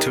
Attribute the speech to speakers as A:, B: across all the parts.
A: to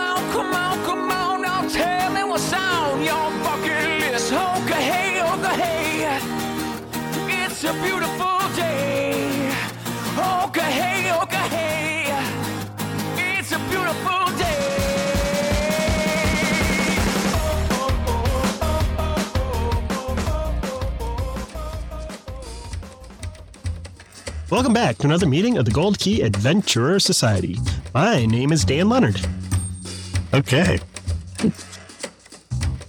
B: on, come on, come on, now tell me what's on your bucket list. Oh, go hey, oh, go hey. It's a beautiful day. Oh, go hey, oh, go hey. It's a beautiful
A: Welcome back to another meeting of the Gold Key Adventurer Society. My name is Dan Leonard.
C: Okay.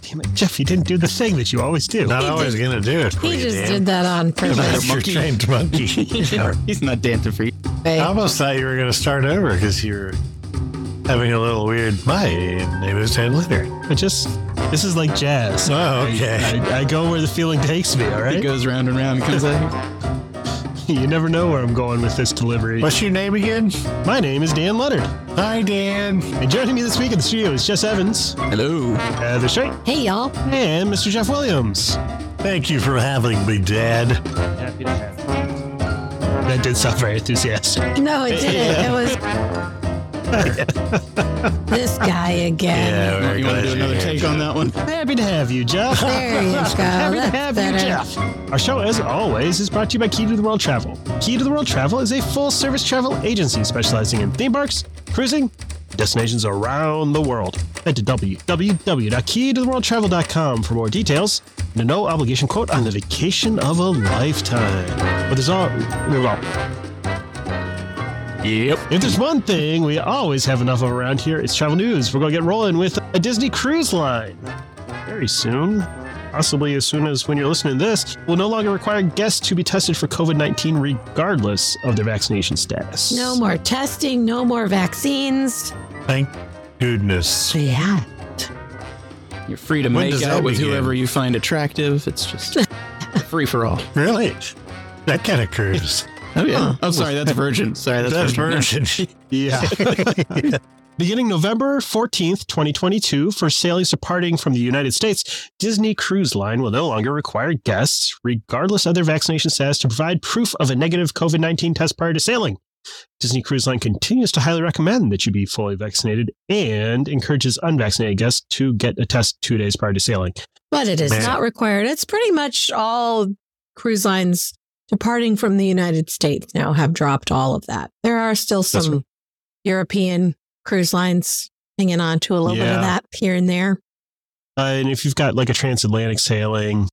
A: Damn it, Jeff, you didn't do the thing that you always do.
C: Not always going to do it for
D: He
C: you,
D: just
C: Dan.
D: did that on
C: That's
D: purpose.
C: your trained monkey.
E: He's not dancing for you.
C: I
D: babe.
C: almost thought you were going to start over because you were having a little weird. My name is Dan Leonard.
A: I just, this is like jazz.
C: Oh, okay.
A: I, I go where the feeling takes me, all
E: He
A: right?
E: goes round and round and comes out.
A: You never know where I'm going with this delivery.
C: What's your name again?
A: My name is Dan Leonard,
C: Hi, Dan.
A: and joining me this week in the studio is Jess Evans,
E: Hello.
A: uh, the Shrink,
D: Hey, y'all.
A: and Mr. Jeff Williams.
C: Thank you for having me, Dad.
A: That did sound very enthusiastic.
D: No, it didn't. It was this guy again.
C: Yeah, we're
E: You want
C: glad
E: to do
C: you're
E: another
C: here,
E: take
C: Jeff.
E: on that one?
A: Happy to have you, Jeff.
D: There you go.
A: Happy
D: That's
A: to have
D: better.
A: you, Jeff. Our show, as always, is brought to you by Key to the World Travel. Key to the World Travel is a full service travel agency specializing in theme parks, cruising, destinations around the world. Head to www.keytotheworldtravel.com for more details and a no obligation quote on the vacation of a lifetime. But there's all.
E: Yep.
A: If there's one thing we always have enough of around here, it's travel news. We're going to get rolling with a Disney cruise line very soon. Possibly as soon as when you're listening to this, will no longer require guests to be tested for COVID 19 regardless of their vaccination status.
D: No more testing, no more vaccines.
C: Thank goodness.
D: Yeah.
E: You're free to
C: When
E: make
C: does that
E: out with
C: begin?
E: whoever you find attractive. It's just free for all.
C: Really? That kind of cruise.
E: Oh yeah. I'm sorry. That's Virgin. Sorry, that's,
C: That's
E: Virgin.
C: virgin.
A: Yeah. Beginning November 14th, 2022, for sailings departing from the United States, Disney Cruise Line will no longer require guests, regardless of their vaccination status, to provide proof of a negative COVID 19 test prior to sailing. Disney Cruise Line continues to highly recommend that you be fully vaccinated and encourages unvaccinated guests to get a test two days prior to sailing.
D: But it is
C: Man.
D: not required. It's pretty much all cruise lines departing from the United States now have dropped all of that. There are still
A: That's
D: some European cruise lines hanging on to a little bit
A: Yeah.
D: of that here and there.
A: Uh, and if you've got like a transatlantic sailing,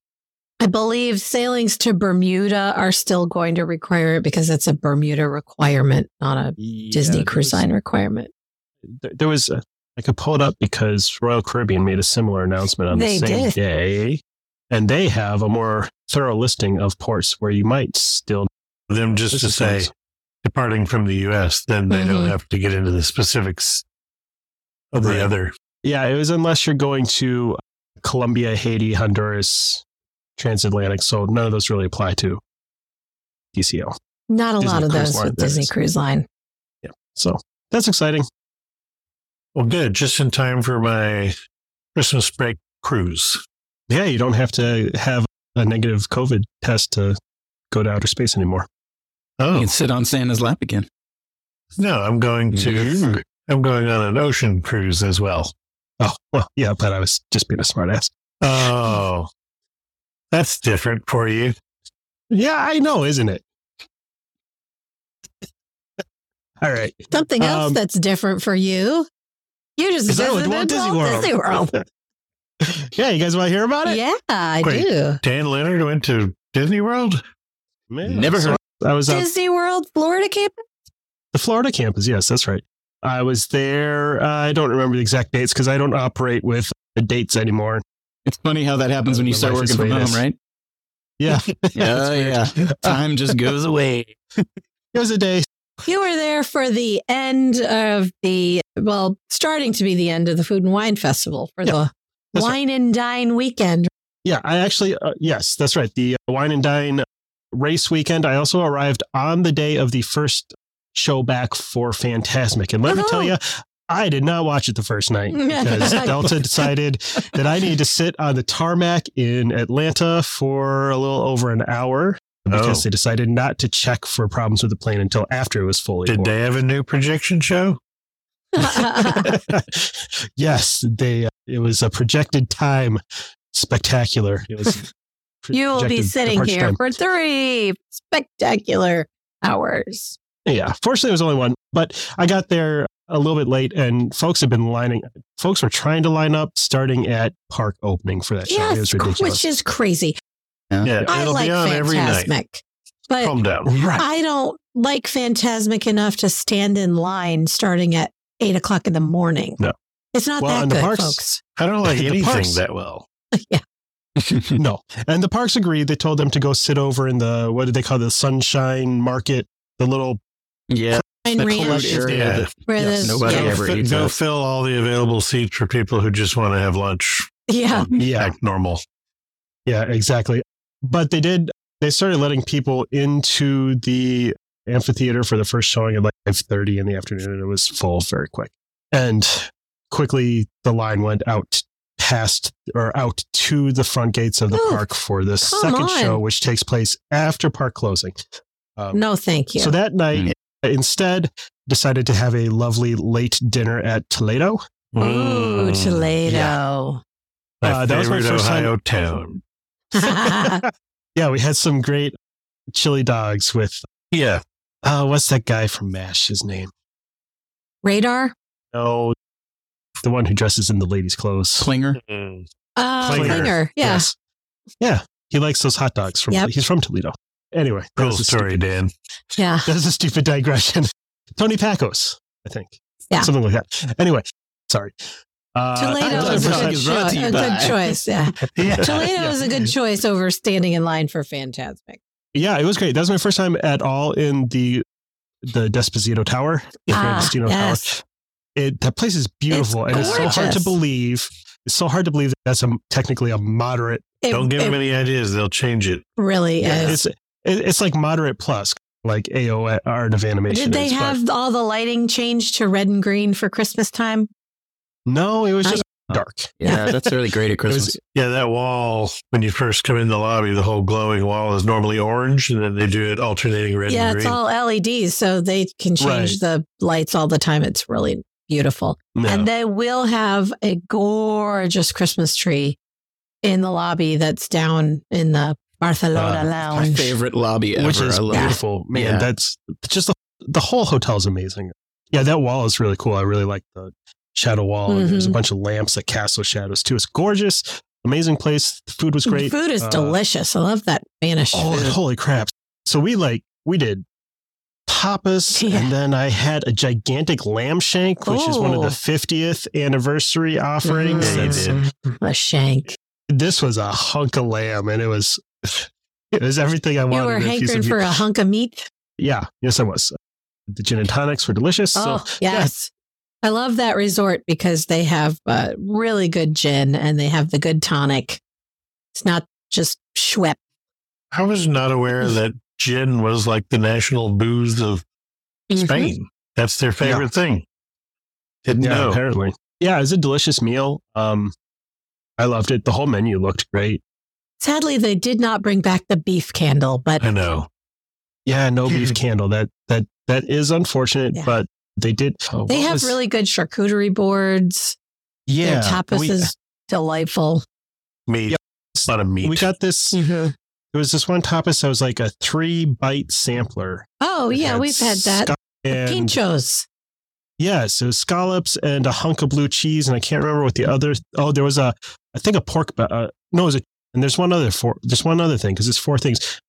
D: I believe sailings to Bermuda are still going to require it because it's a Bermuda requirement, not a Disney
E: Yeah,
D: cruise
E: those-
D: line requirement.
A: there, there was, a, I could pull it up because Royal Caribbean made a similar announcement on
D: They
A: the same
D: did.
A: day, and they have a more thorough listing of ports where you might still.
C: Them just
A: This
C: to
A: is
C: say,
A: nice.
C: departing from the U.S., then they don't
D: Mhm.
C: have to get into the specifics of
A: Right.
C: the other.
A: Yeah, it was unless you're going to Colombia, Haiti, Honduras, transatlantic. So none of those really apply to DCL.
D: Not a
A: Disney
D: lot of
A: Cruise
D: those
A: Line,
D: with
A: that
D: Disney
A: is.
D: Cruise Line.
A: So that's exciting.
C: Well, good. Just in time for my Christmas break cruise.
A: Yeah, you don't have to have a negative COVID test to go to outer space anymore.
E: You
C: Oh
E: can sit on Santa's lap again.
C: no, I'm going to. I'm going on an ocean cruise as well.
A: Oh, well, yeah, but I was just being a smartass.
C: Oh, that's different for you.
A: Yeah, I know, isn't it? All right.
D: Something else
A: Um,
D: that's different for you. You just
A: Is that with
D: visited
A: Walt Disney World?
D: Disney World.
A: Yeah, you guys want to hear about it?
D: yeah, I
C: Wait.
D: do.
C: Dan Leonard went to Disney World.
A: Man,
E: Never
A: so
E: heard.
A: I was at
D: Disney World, Florida Cape.
A: the Florida campus. Yes, that's right. I was there. uh, I don't remember the exact dates because I don't operate with the dates anymore.
E: It's funny how that happens when you
A: My
E: start
A: life
E: working
A: is
E: from
A: sweet
E: home,
A: as-
E: right?
A: Yeah. Uh,
E: Oh yeah. Time just goes away.
A: It was a day
D: You were there for the end of the, well, starting to be the end of the Food and Wine Festival for
A: Yeah,
D: the
A: that's
D: Wine and Dine weekend.
A: Yeah, I actually, uh, yes, that's right. The uh, Wine and Dine race weekend. I also arrived on the day of the first show back for Fantasmic. And let me tell
D: Oh.
A: you, I did not watch it the first night because Delta decided that I need to sit on the tarmac in Atlanta for a little over an hour because
C: Oh.
A: they decided not to check for problems with the plane until after it was fully.
C: Oh, Did
A: boarded.
C: they have a new projection show?
A: yes, they. Uh, it was a projected time spectacular. It was. pro-
D: you will be
A: projected
D: sitting
A: departure
D: here
A: time.
D: for three spectacular hours.
A: Yeah, fortunately, it was only one. But I got there a little bit late, and folks have been lining. Folks were trying to line up starting at park opening for that show. it was
D: yes,
A: ridiculous.
D: which is crazy.
C: Yeah,
D: I
C: it'll
D: like
C: be on every night.
D: Fantasmic, but
C: Calm down.
A: right.
D: I don't like Fantasmic enough to stand in line starting at eight o'clock in the morning.
A: No.
D: It's not
A: Well,
D: that
A: and the
D: good,
A: parks-
D: folks.
C: I don't like
A: The
C: anything
A: parks.
C: that well.
A: no, and the parks agreed. They told them to go sit over in the what did they call the Sunshine Market, the little
E: Yeah.
D: Pine
E: The
D: Ranch,
E: college area.
C: Yeah.
E: that-
D: where
E: Yes,
D: the-
E: nobody
D: yeah.
C: Go
E: ever
C: fi-
E: eats
C: Go
E: it.
C: fill all the available seats for people who just want to have lunch.
D: yeah.
A: yeah
C: Act normal.
A: Yeah, exactly. But they did. They started letting people into the amphitheater for the first showing at like five thirty in the afternoon, and it was full very quick. And quickly, the line went out past or out to the front gates of the
D: Oh,
A: park for the
D: come
A: second
D: on.
A: show, which takes place after park closing. Um,
D: No, thank you.
A: So that night,
E: Mm.
A: instead, decided to have a lovely late dinner at Toledo.
D: Ooh,
C: Mm.
D: Toledo.
C: My
A: Uh, that was my
C: favorite
A: first time-
C: Ohio town.
A: Yeah, we had some great chili dogs with
C: Yeah.
A: uh, what's that guy from MASH? His name?
D: Radar.
A: No, the one who dresses in the ladies' clothes.
E: Clinger.
D: Uh,
C: Klinger.
D: Klinger. Yeah.
A: Yes. Yeah. He likes those hot dogs from.
D: Yep.
A: He's from Toledo. Anyway, that
C: Cool
A: was a
C: story,
A: Stupid,
C: Oh, Dan.
D: Yeah.
A: that is a stupid digression. Tony Pacos, I think.
D: Yeah.
A: Something like that. Anyway, sorry. Uh,
D: Toledo
E: that
D: is a
E: was
D: good,
E: is
D: show,
E: brought to you
D: a
E: by-
D: good choice. Yeah.
C: Yeah.
D: Toledo
A: Yeah.
D: is a good choice over standing in line for Fantasmic.
A: Yeah, it was great. That was my first time at all in the the Desposito Tower, the
D: Ah,
A: Desposito Tower.
D: yes.
A: it that place is beautiful and it's so hard to
D: gorgeous.
A: believe it's so hard to believe that that's a technically a moderate
D: It,
C: Don't give
D: it
C: them any ideas. They'll change it.
D: really is.
A: it's it, it's like moderate plus like AO art of animation
D: Did they
A: is, but
D: have all the lighting changed to red and green for Christmas time?
A: no it was just dark
E: Yeah, that's really great at Christmas.
C: Yeah, that wall, when you first come in the lobby, the whole glowing wall is normally orange, and then they do it alternating red
D: yeah,
C: and
D: it's
C: green.
D: all LEDs, so they can change the lights all the time. It's really beautiful.
A: no.
D: And they will have a gorgeous Christmas tree in the lobby that's down in the Barcelona
A: Uh,
E: My
D: lounge.
E: favorite lobby ever.
A: which is
E: I love it.
A: beautiful man
E: Yeah.
A: that's just the, the whole hotel's amazing yeah that wall is really cool I really like the shadow wall and there's a
D: Mhm.
A: bunch of lamps that cast those shadows too it's gorgeous amazing place the food was great
D: The food is
A: Uh,
D: delicious. I love that Spanish
A: Oh,
D: food.
A: holy crap. So we like, we did tapas
D: Yeah.
A: and then I had a gigantic lamb shank, which is one of the
D: Oh.
A: 50th anniversary offerings.
D: Mm.
C: yeah, you
A: That's-
C: did.
D: A shank.
A: This was a hunk of lamb and it was, it was everything I
D: You
A: wanted.
D: were
A: in a piece
D: hankering
A: of-
D: for a hunk of meat.
A: yeah. Yes, I was. The gin and tonics were delicious.
D: Oh,
A: so
D: yes. I love that resort because they have uh, really good gin and they have the good tonic. It's not just Schweppes.
C: I was not aware
A: Mm-hmm.
C: that gin was like the national booze of
A: Mm-hmm.
D: Mm-hmm.
C: Spain. That's their favorite thing. Didn't
A: yeah,
C: know.
A: apparently. Yeah, it was a delicious meal. Um, I loved it. The whole menu looked great.
D: Sadly, they did not bring back the beef candle, but
C: I know.
A: Yeah, no beef candle. That that that is unfortunate,
D: Yeah.
A: but they did. oh,
D: they
A: what
D: have
A: was-
D: really good charcuterie boards. Their
A: yeah
D: tapas
A: we-
D: is delightful.
C: Meat.
A: Yeah.
C: It's not a meat.
A: We Hmm. got this. It was this one tapas that was like a three bite sampler.
D: Oh,
A: It
D: yeah, we've had that.
A: sc-
D: The
A: And
D: Pinchos.
A: yes, it was scallops and a hunk of blue cheese, and I can't remember what the other. Oh, there was a, I think a pork. But uh, no, it was a, and there's one other four. There's one other thing because it's four things.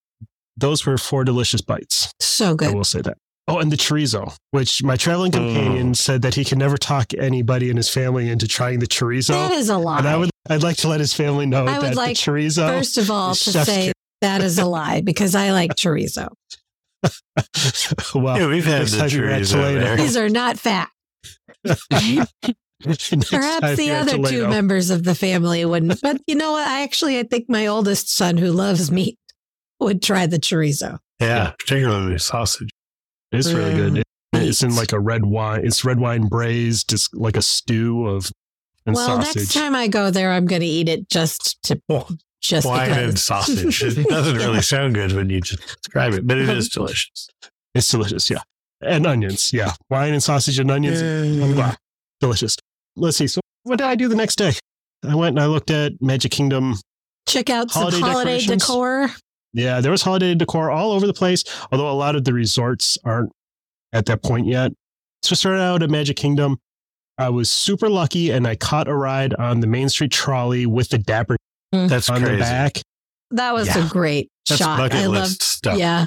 A: Those were four delicious bites.
D: So
A: I
D: good.
A: will say that. Oh, and the chorizo, which my traveling
C: Mm.
A: companion said that he can never talk anybody in his family into trying the chorizo.
D: that is a lie.
A: and I would, I'd like to let his family know
D: I
A: that
D: would
A: the
D: like
A: chorizo.
D: First of all, to
A: Chef's
D: say
A: kiss.
D: that is a lie because I like chorizo.
A: well,
C: yeah, we've had
A: next
C: the
A: uh, time you're at
C: trees over
A: Toledo.
C: there.
D: These are not facts.
A: next time
D: Perhaps the
A: you're at
D: other two
A: Toledo.
D: members of the family wouldn't. But you know what? I actually I think my oldest son who loves meat would try the chorizo.
C: Yeah, particularly sausage.
A: It's really good. It- it's in
D: meats.
A: like a red wine. It's red wine braised, just like a stew of and
D: well, next
A: sausage.
D: time I go there, I'm going to eat it just to
C: Well,
D: just
C: Wine and
D: because.
C: sausage. It doesn't really sound good when you just describe it, but
A: Um,
C: it is delicious.
A: it's delicious. Yeah, and onions. Yeah, wine and sausage and onions. Blah, blah, blah. Delicious. Let's see. So, what did I do the next day? I went and I looked at Magic Kingdom
D: Check out some
A: Holiday
D: holiday
A: decorations.
D: decor.
A: Yeah, there was holiday decor all over the place, although a lot of the resorts aren't at that point yet. So started out at Magic Kingdom. I was super lucky and I caught a ride on the Main Street trolley with the dapper
C: That's
A: on the
C: crazy.
A: back.
D: That was
A: Yeah.
D: a great
C: That's
D: shot.
C: bucket
D: I
C: list
D: loved
C: stuff.
D: Yeah.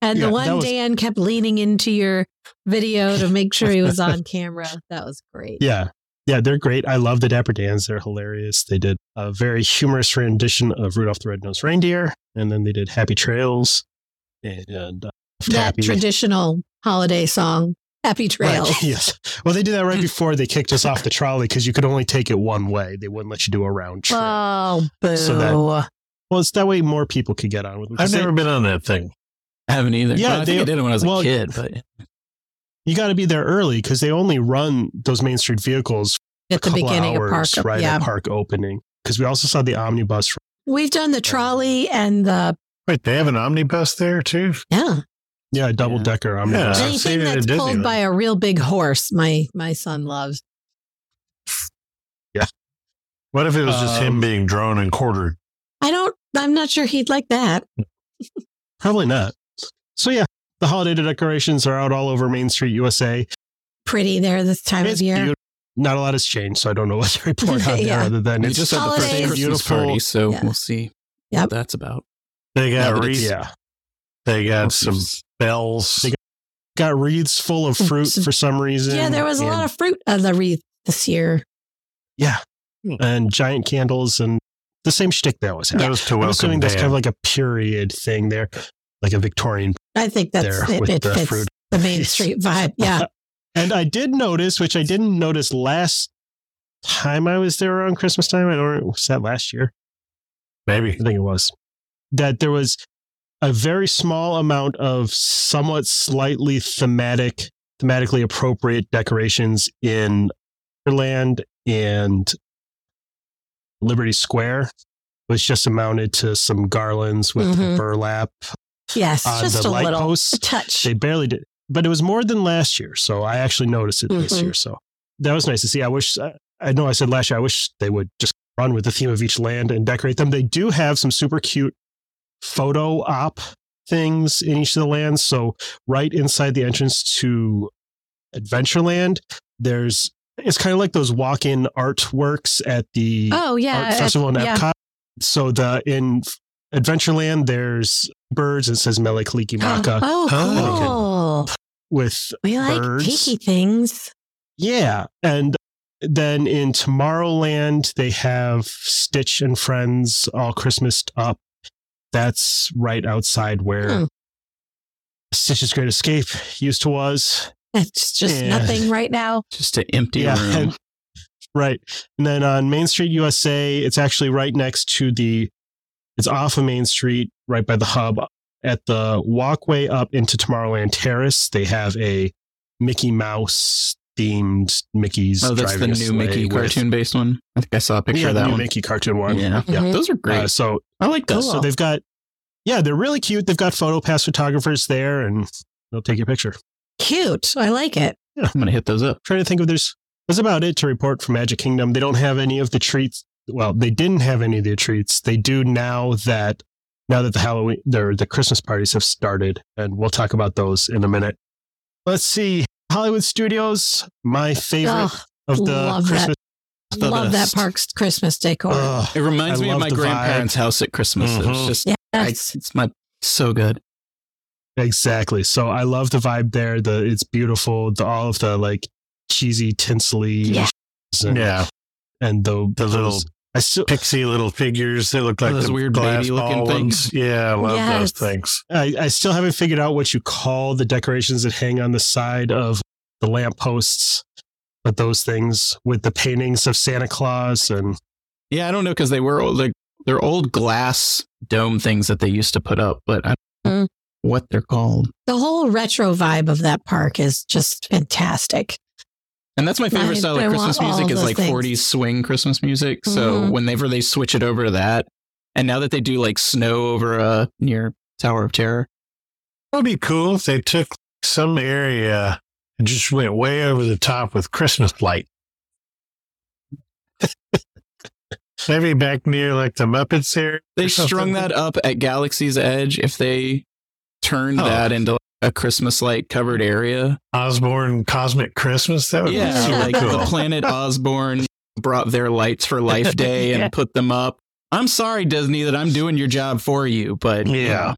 D: And
A: Yeah,
D: the
A: that
D: one
A: was-
D: Dan kept leaning into your video to make sure he was on camera. That was great.
A: Yeah. Yeah, they're great. I love the Dapper Dans. They're hilarious. They did a very humorous rendition of Rudolph the Red-Nosed Reindeer, and then they did Happy Trails and uh,
D: that
A: Happy.
D: traditional holiday song, Happy Trails.
A: Right, yes. Well, they did that right before they kicked us off the trolley because you could only take it one way. They wouldn't let you do a round trip.
D: Oh, boo.
A: So that- Well, it's that way more people could get on with it.
C: I've
A: 'Cause they-
C: never been on that thing.
E: I haven't either.
A: Yeah,
E: Well, I think
A: they-
E: I did it when I was
A: well,
E: a kid, but
A: you got to be there early because they only run those Main Street vehicles
D: At the
A: a couple
D: beginning of
A: hours
D: park.
A: right
D: yeah.
A: at park opening. Because we also saw the omnibus. run.
D: We've done the trolley and the,
C: Wait, they have an omnibus there too?
D: yeah.
A: Yeah, a double decker
C: I've
A: omnibus.
C: Yeah.
D: Anything
C: seen it at
D: that's pulled
C: Disneyland.
D: by a real big horse, my my son loves.
C: What if it was just
A: Um,
C: him being drawn and quartered?
D: I don't, I'm not sure he'd like that.
A: Probably not. So yeah, the holiday decorations are out all over Main Street, USA.
D: Pretty there this time
A: It's
D: of year.
A: beautiful. Not a lot has changed, so I don't know what to report on
D: Yeah.
A: there other than
E: we
A: it's
E: just had the first
D: Holidays.
E: Christmas
A: Beautiful.
E: party, so
D: Yeah.
E: we'll see
D: Yep.
E: what that's about.
C: They
E: Yeah,
C: got
E: but
C: wreaths.
E: it's-
A: yeah.
C: They got
E: We'll
C: some
E: see.
C: bells.
A: They Got wreaths full of fruit for some reason.
D: Yeah, there was a
A: and-
D: lot of fruit on the wreath this year.
A: yeah,
C: Hmm.
A: and giant candles and the same shtick they always have.
C: That was to
A: I'm
C: welcome
A: assuming that's
C: Dan.
A: kind of like a period thing there, like a Victorian
D: I think that's
A: there
D: it,
A: with
D: it
A: the
D: fits
A: fruit.
D: the Main Street vibe. Yeah.
A: and I did notice, which I didn't notice last time I was there around Christmas time. I don't know, was that last year?
C: Maybe.
A: I think it was. That there was a very small amount of somewhat slightly thematic, thematically appropriate decorations in Land and Liberty Square, which just amounted to some garlands with
D: Mhm.
A: burlap
D: Yes,
A: on
D: just
A: Uh, the
D: a
A: light
D: little
A: posts.
D: a touch.
A: They barely did, but it was more than last year. So I actually noticed it this
D: Mhm.
A: year. So that was nice to see. I wish I, I know I said last year. I wish they would just run with the theme of each land and decorate them. They do have some super cute photo op things in each of the lands. So right inside the entrance to Adventureland, there's it's kind of like those walk-in artworks at the
D: Oh yeah,
A: art festival in
D: yeah.
A: Epcot. So the in Adventureland, there's birds. It says Mele Kaliki Maka
D: Oh,
A: Oh,
D: cool.
A: with
D: We like
A: Birds.
D: cakey things.
A: yeah, and then in Tomorrowland they have Stitch and Friends all Christmased up. That's right outside where
D: Hmm.
A: Stitch's Great Escape used to was.
D: It's just
A: Yeah.
D: nothing right now.
E: Just an empty room.
A: and- right. And then on Main Street USA, it's actually right next to the it's off of Main Street, right by the hub. At the walkway up into Tomorrowland Terrace, they have a Mickey Mouse themed Mickey's.
E: Oh, that's the
A: driving a
E: new Mickey
A: sleigh with-
E: cartoon based one. I think I saw a picture
A: yeah,
E: of
A: the
E: that
A: new
E: one.
A: Mickey cartoon one.
E: Yeah.
D: Yeah. Mhm.
E: Those are great.
A: Uh, so
E: I like those.
A: so they've got yeah, they're really cute. They've got photo pass photographers there and they'll take your picture.
D: Cute. I like it.
E: I'm gonna hit those up.
A: trying to think of there's that's about it to report from Magic Kingdom. They don't have any of the treats. Well, they didn't have any of the treats. They do now that now that the Halloween or the Christmas parties have started, and we'll talk about those in a minute. Let's see. Hollywood Studios, my favorite
D: Oh,
A: of the
D: love that.
A: Christmas.
E: The
D: love
E: best.
D: that park's Christmas decor.
A: Ugh.
E: It reminds
A: I
E: me of
A: love
E: my
A: the vibe.
E: grandparents' house at Christmas. It was
C: Mhm.
E: just I,
D: yes.
E: it's my so good.
A: Exactly. So I love the vibe there. The it's beautiful. The all of the like cheesy tinsely
D: Yeah.
A: and,
C: Yeah.
A: and the
C: The little
A: those I still
C: Pixie little figures that look like
E: Those
C: the
E: weird
C: glass
E: baby-looking
C: ball
E: things.
C: ones. Yeah, I love
D: Yes.
C: those things.
A: I, I still haven't figured out what you call the decorations that hang on the side of the lampposts, but those things with the paintings of Santa Claus and
E: Yeah, I don't know because they were old, like they're old glass dome things that they used to put up, but I don't know what they're called.
D: The whole retro vibe of that park is just fantastic.
E: And that's my favorite
D: I-
E: style
D: I
E: of Christmas
D: want all
E: music is
D: those
E: like
D: things.
E: 40s swing Christmas music. So
D: Mhm.
E: whenever they switch it over to that, and now that they do like snow over uh near Tower of Terror,
C: That'd be cool if they took some area and just went way over the top with Christmas light. Maybe back near like the Muppets area.
E: they
C: or something.
E: strung that up at Galaxy's Edge. If they turned
C: Oh.
E: that into a Christmas light covered area,
C: Osborne Cosmic Christmas. That would be
E: yeah,
C: Oh, super
E: like
C: cool.
E: the planet Osborne brought their lights for Life Day and put them up. I'm sorry, Disney, that I'm doing your job for you, but
C: Yeah.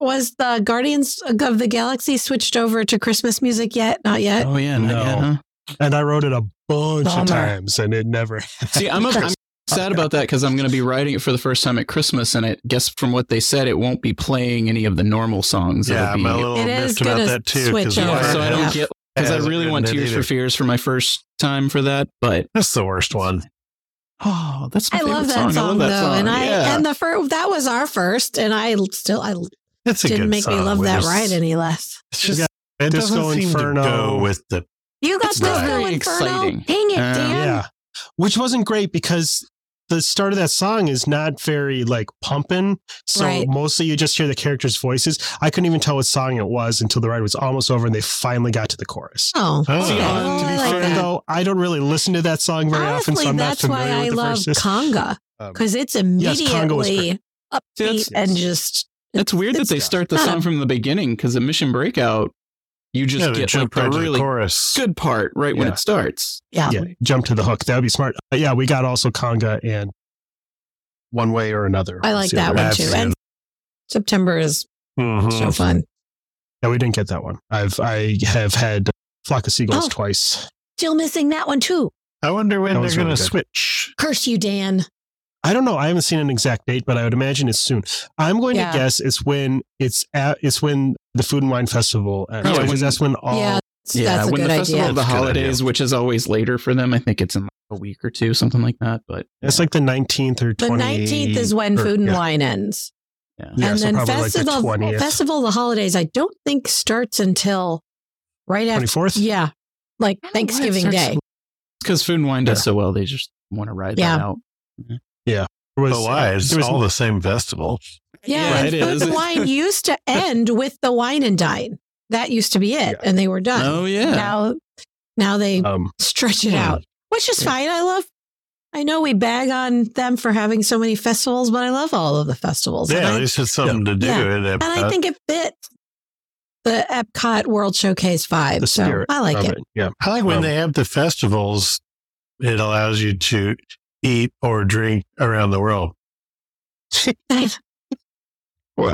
D: Was the Guardians of the Galaxy switched over to Christmas music yet? Not yet.
E: Oh yeah,
A: No.
E: no.
A: and I wrote it a bunch
D: Bummer.
A: of times and it never.
E: See, I'm, a, I'm sad about that because I'm going to be writing it for the first time at Christmas, and I guess from what they said, it won't be playing any of the normal songs.
C: yeah,
E: It'll
C: I'm
E: be,
C: a little
D: It is
C: miffed about
D: gonna
C: that too. 'cause
D: switch over.
C: Wired
E: yeah, so I don't
C: Health
E: get because I
C: hasn't
E: really
C: written
E: want
C: it
E: Tears
C: either.
E: for Fears for my first time for that, but
C: That's the worst one.
E: oh, that's
D: I
E: my favorite
D: love that song,
E: I love that
D: though,
E: song.
D: and I
E: yeah.
D: and the first that was our first, and I still I
C: That's a
D: didn't
C: good
D: make me
C: song.
D: love
C: We
D: that
C: just-
D: ride any less.
C: It's just
A: Yeah.
C: it
A: Disco
C: doesn't seem
A: Inferno.
C: to go with the
D: You got
E: It's
D: Disco Inferno.
E: very exciting.
D: Dang it,
E: Um,
D: Dan!
A: Yeah. Which wasn't great because the start of that song is not very like pumping. So
D: Right.
A: mostly you just hear the characters' voices. I couldn't even tell what song it was until the ride was almost over and they finally got to the chorus.
D: Oh,
C: Oh.
D: okay.
C: See,
A: um,
D: Well,
E: to be
D: I like
E: fair,
D: that.
A: Though I don't really listen to that song very
D: Honestly,
A: often, so I'm not
D: that's why
A: familiar
D: I
A: with the
D: love
A: verses.
D: Conga
A: Um,
D: because it's
A: yes, Conga was
D: immediately
E: See,
D: upbeat
E: that's-
D: and just
E: It's weird that
D: it's
E: they start the
D: not a-
E: song from the beginning because at Mission Breakout, you just
C: yeah, they
E: get like,
C: jump
E: the
C: right to the
E: really
C: chorus.
E: good part right when
A: Yeah.
E: it starts.
D: yeah.
A: yeah, jump to the hook. That would be smart. But yeah, we got also Conga and one way or another.
D: I like
A: was the
D: that
A: other
D: one
C: I've
D: too.
C: seen.
D: And September is
C: Mhm.
A: Mm-hmm.
D: so fun.
A: Yeah, we didn't get that one. I've I have had Flock of Seagulls
D: Oh.
A: twice.
D: Still missing that one too.
C: I wonder when
A: That
C: they're
A: was
C: going
A: really
C: to
A: good.
C: switch.
D: Curse you, Dan.
A: I don't know. I haven't seen an exact date, but I would imagine it's soon. I'm going
D: Yeah.
A: to guess it's when it's at, it's when the Food and Wine Festival ends
E: Oh,
A: because
E: when-
A: that's when all
D: yeah, that's, that's a
E: when
D: good
E: the Festival
D: idea.
E: of the
C: That's a good
E: Holidays, which is always later for them, I think it's in like a week or two, something like that. But
A: it's like the 19th or
D: The
A: 20th.
D: nineteenth is when Food and Wine ends,
A: Yeah,
D: and
A: so
D: then
A: probably like the
D: Festival uh,
A: 20th.
D: Festival of the Holidays. I don't think starts until right after.
A: 24th.
D: Yeah, like Thanksgiving Day.
E: because Food and Wine does
A: Yeah.
E: so well, they just want to ride
D: Yeah.
E: that out.
A: There was-
C: But why? It's
A: there was-
C: all the same festival.
D: Yeah,
E: Yeah,
D: and
E: it
D: Food
E: is.
D: and Wine used to end with the wine and dine. That used to be it, and they were done.
E: Oh yeah,
D: Now, now they
A: um,
D: stretch it
C: Hmm.
D: out, which is
E: Yeah.
D: fine. I love. I know we bag on them for having so many festivals, but I love all of the festivals. And
C: Yeah,
D: I-
C: at least it's something to do.
D: Yeah.
C: at
D: And I
C: Epcot.
D: think it fit the Epcot World Showcase vibe.
A: the
D: so
A: spirit.
D: I like
A: of
D: it.
A: Yeah.
C: I like when
A: Um,
C: they have the festivals, it allows you to eat or drink around the world.
E: Well,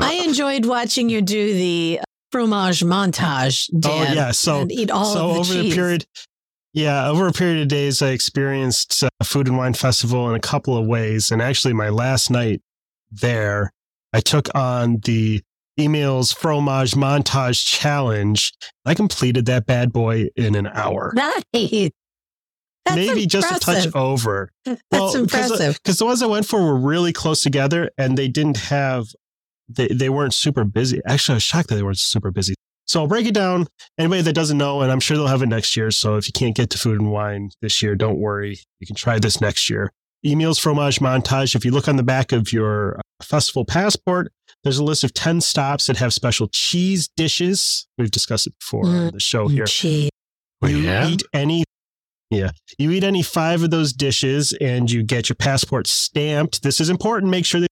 D: I enjoyed watching you do the fromage montage, Dan.
A: oh yeah. So
D: and eat all
A: so
D: of the
A: over
D: cheese.
A: the period yeah over a period of days i experienced uh, food and wine festival in a couple of ways and actually my last night there i took on the emails fromage montage challenge i completed that bad boy in an hour
D: Nice. That's
A: maybe just a touch
D: impressive.
A: over
D: That's
A: well, 'cause, uh,
D: impressive.
A: because the ones i went for were really close together and they didn't have they, they weren't super busy actually i was shocked that they weren't super busy so i'll break it down anybody that doesn't know and i'm sure they'll have it next year so if you can't get to food and wine this year don't worry you can try this next year emails fromage montage if you look on the back of your uh, festival passport there's a list of 10 stops that have special cheese dishes we've discussed it before on the
D: Mm-hmm.
A: show oh, here
D: Cheese.
C: We
A: you
C: have?
A: eat any yeah you eat any five of those dishes and you get your passport stamped this is important make sure that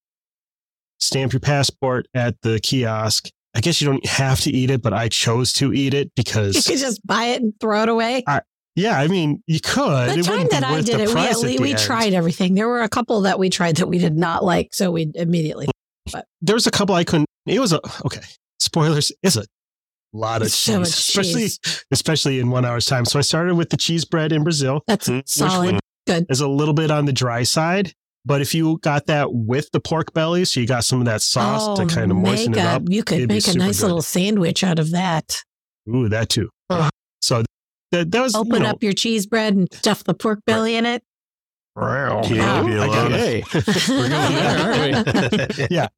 A: stamp your passport at the kiosk i guess you don't have to eat it but i chose to eat it
D: You
A: because
D: could just buy it and throw it away.
A: yeah i mean you could
D: the time
A: wouldn't be
D: that I
A: worth
D: did
A: the
D: it, we,
A: price
D: at
A: at
D: least,
A: the
D: we
A: end.
D: tried everything. There were a couple that we tried that we did not like, so we immediately.
A: there was a couple i couldn't it was a okay spoilers it's a lot of
D: So
A: cheese
D: much
A: especially
D: cheese.
A: especially in one hour's time so i started with the cheese bread in brazil
D: That's
C: Which
D: solid.
C: one?
D: Good.
A: is a little bit on the dry side But if you got that with the pork belly, so you got some of that sauce to
D: Oh,
A: kind of moisten
D: make
A: it
D: a-
A: up.
D: You could
A: it'd be
D: make a
A: super
D: nice
A: good.
D: little sandwich out of that.
A: Ooh, that too. So that, that was you
D: Open
A: know,
D: up your cheese bread and stuff the pork belly in it.
C: Yeah, it'd be a
E: I
A: uh,
C: lot
E: got
C: of-
E: it. there,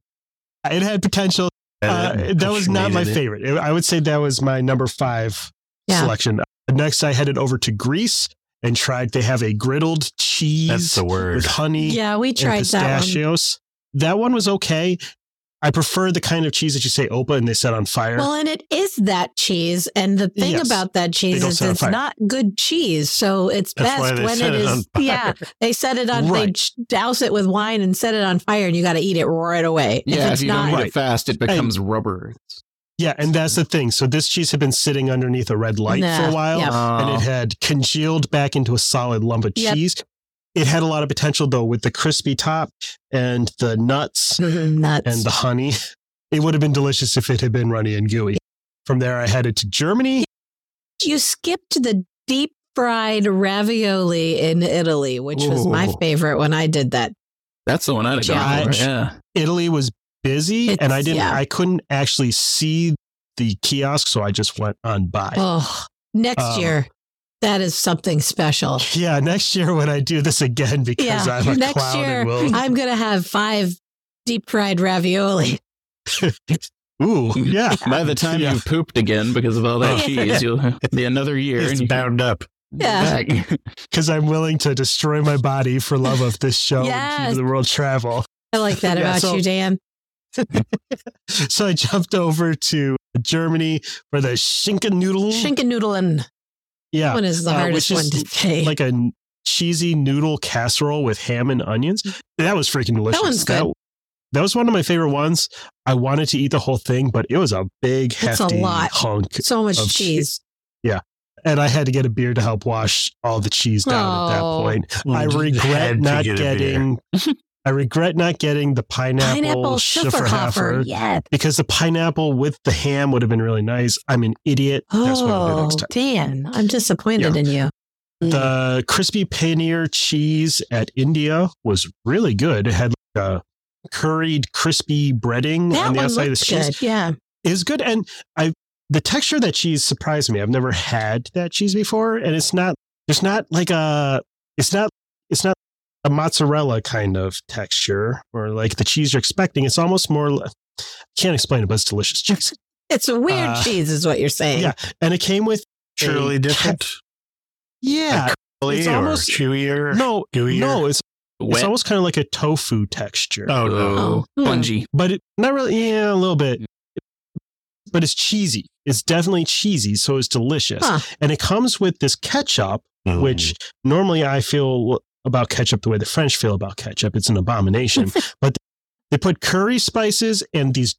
E: aren't
A: It had potential. Uh, that was not my
C: Needed it.
A: favorite. It- I would say that was my number five
D: Yeah.
A: selection. Next, I headed over to Greece and tried to have a griddled
C: That's
A: cheese
C: the word.
A: with honey
D: yeah, we tried
A: and
D: that one.
A: pistachios. That one. was okay. I prefer the kind of cheese that you say Opa and they set on fire.
D: Well, and it is that cheese. And the thing
A: Yes.
D: about that cheese
A: don't
D: is
A: set on
D: it's
A: fire.
D: not good cheese. So it's
C: That's why
D: best
C: they
D: when
C: set
D: it
C: it
D: is.
C: on
D: Yeah. They set it on, they
A: Right.
D: ch- douse it with wine and set it on fire, and you got to eat it right away.
E: Yeah,
D: if
E: if,
D: it's
E: you
D: not,
E: don't eat
A: Right.
E: it fast, it becomes rubber.
A: yeah, and that's the thing. So this cheese had been sitting underneath a red light for
D: Nah,
A: a while. uh,
D: yeah.
A: and it had congealed back into a solid lump of
D: Yep.
A: cheese. It had a lot of potential though with the crispy top and the nuts
D: Mm-hmm, nuts.
A: and the honey. It would have been delicious if it had been runny and gooey. From there, I headed to Germany.
D: you skipped the deep fried ravioli in Italy, which was my
E: Ooh.
D: favorite when I did that.
E: That's the one I'd have gone
A: Judge.
E: for. Yeah.
A: Italy was busy,
D: It's-
A: and I didn't.
D: yeah.
A: I couldn't actually see the kiosk, so I just went on by.
D: Oh, next
A: Um,
D: year, that is something special.
A: yeah, next year when I do this again, because
D: Yeah,
A: I'm a
D: next
A: clown
D: year
A: and will.
D: I'm gonna have five deep fried ravioli.
A: Ooh, yeah.
E: By the time
A: Yeah.
E: you've pooped again because of all that
D: Oh.
E: cheese, you'll be another year.
C: It's
E: you can
C: bound up.
E: be
D: Yeah.
E: back.
A: because I'm willing to destroy my body for love of this show
D: Yes.
A: and keep the world travel.
D: I like that
A: Yeah,
D: about
A: so-
D: you, Dan.
A: So I jumped over to Germany for the Schinken noodle.
D: Shinken noodle and that
A: yeah,
D: one is the
A: uh,
D: hardest
A: which
D: one
A: is
D: to say.
A: like a cheesy noodle casserole with ham and onions. That was freaking delicious.
D: Mm-hmm. one's
A: That,
D: good.
A: that was one of my favorite ones. I wanted to eat the whole thing, but it was a big,
D: a
A: hefty
D: lot.
A: hunk,
D: so much
A: of
D: cheese.
A: cheese. and I had to get a beer to help wash all the cheese down at that
D: Oh.
A: point. I
C: You had
A: regret
C: to
A: not
C: get a beer.
A: getting. I regret not getting the pineapple,
D: Pineapple
A: schifferhofer
D: schifferhofer. Yeah.
A: because the pineapple with the ham would have been really nice. I'm an idiot. That's what I'll do
D: Oh,
A: next time.
D: Dan, I'm disappointed in you.
A: The crispy paneer cheese at India was really good. It had like a curried crispy breading
D: That
A: on
D: one
A: the outside of the
D: looks
A: cheese.
D: good. Yeah.
A: Is good, and I the texture of that cheese surprised me. I've never had that cheese before, and it's not. There's not like a. It's not. It's not a mozzarella kind of texture or like the cheese you're expecting. It's almost more. li- Can't explain it, but it's delicious cheese.
D: It's a weird
A: Uh,
D: cheese, is what you're saying.
A: yeah. And it came with
C: Surely
A: a
C: different.
A: Yeah.
C: It's
A: It's
C: or
A: almost-
C: chewier.
A: No,
C: gooier.
A: no, it's it's
E: Wet.
A: almost kind of like a tofu texture.
C: Oh no.
E: Oh,
D: Oh.
E: Spongy.
A: But it, not really yeah, a little bit. But it's cheesy. It's definitely cheesy, so it's delicious.
D: Huh.
A: And it comes with this ketchup,
C: Mm.
A: which normally I feel about ketchup the way the French feel about ketchup. It's an abomination. but they put curry spices and these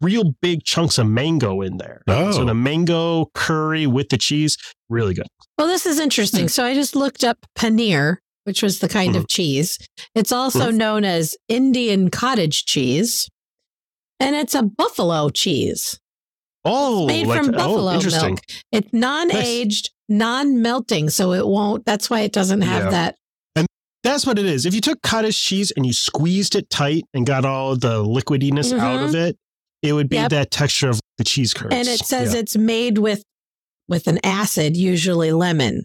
A: real big chunks of mango in there.
C: Oh.
A: So the mango curry with the cheese, really good.
D: Well, this is
A: Hmm.
D: interesting. So I just looked up paneer, which was the kind
A: Mm-hmm.
D: of cheese. It's also known as Indian cottage cheese, and it's a buffalo cheese.
A: Oh,
D: made
A: like,
D: from
A: oh,
D: buffalo
A: interesting.
D: milk. It's non-aged, non-melting, so it won't. That's why it doesn't have
A: Yeah.
D: that.
A: That's what it is. If you took cottage cheese and you squeezed it tight and got all the liquidiness out of it, it would be
D: Mm-hmm. Yep.
A: that texture of the cheese curds.
D: And it says
A: Yeah.
D: it's made with with an acid, usually lemon,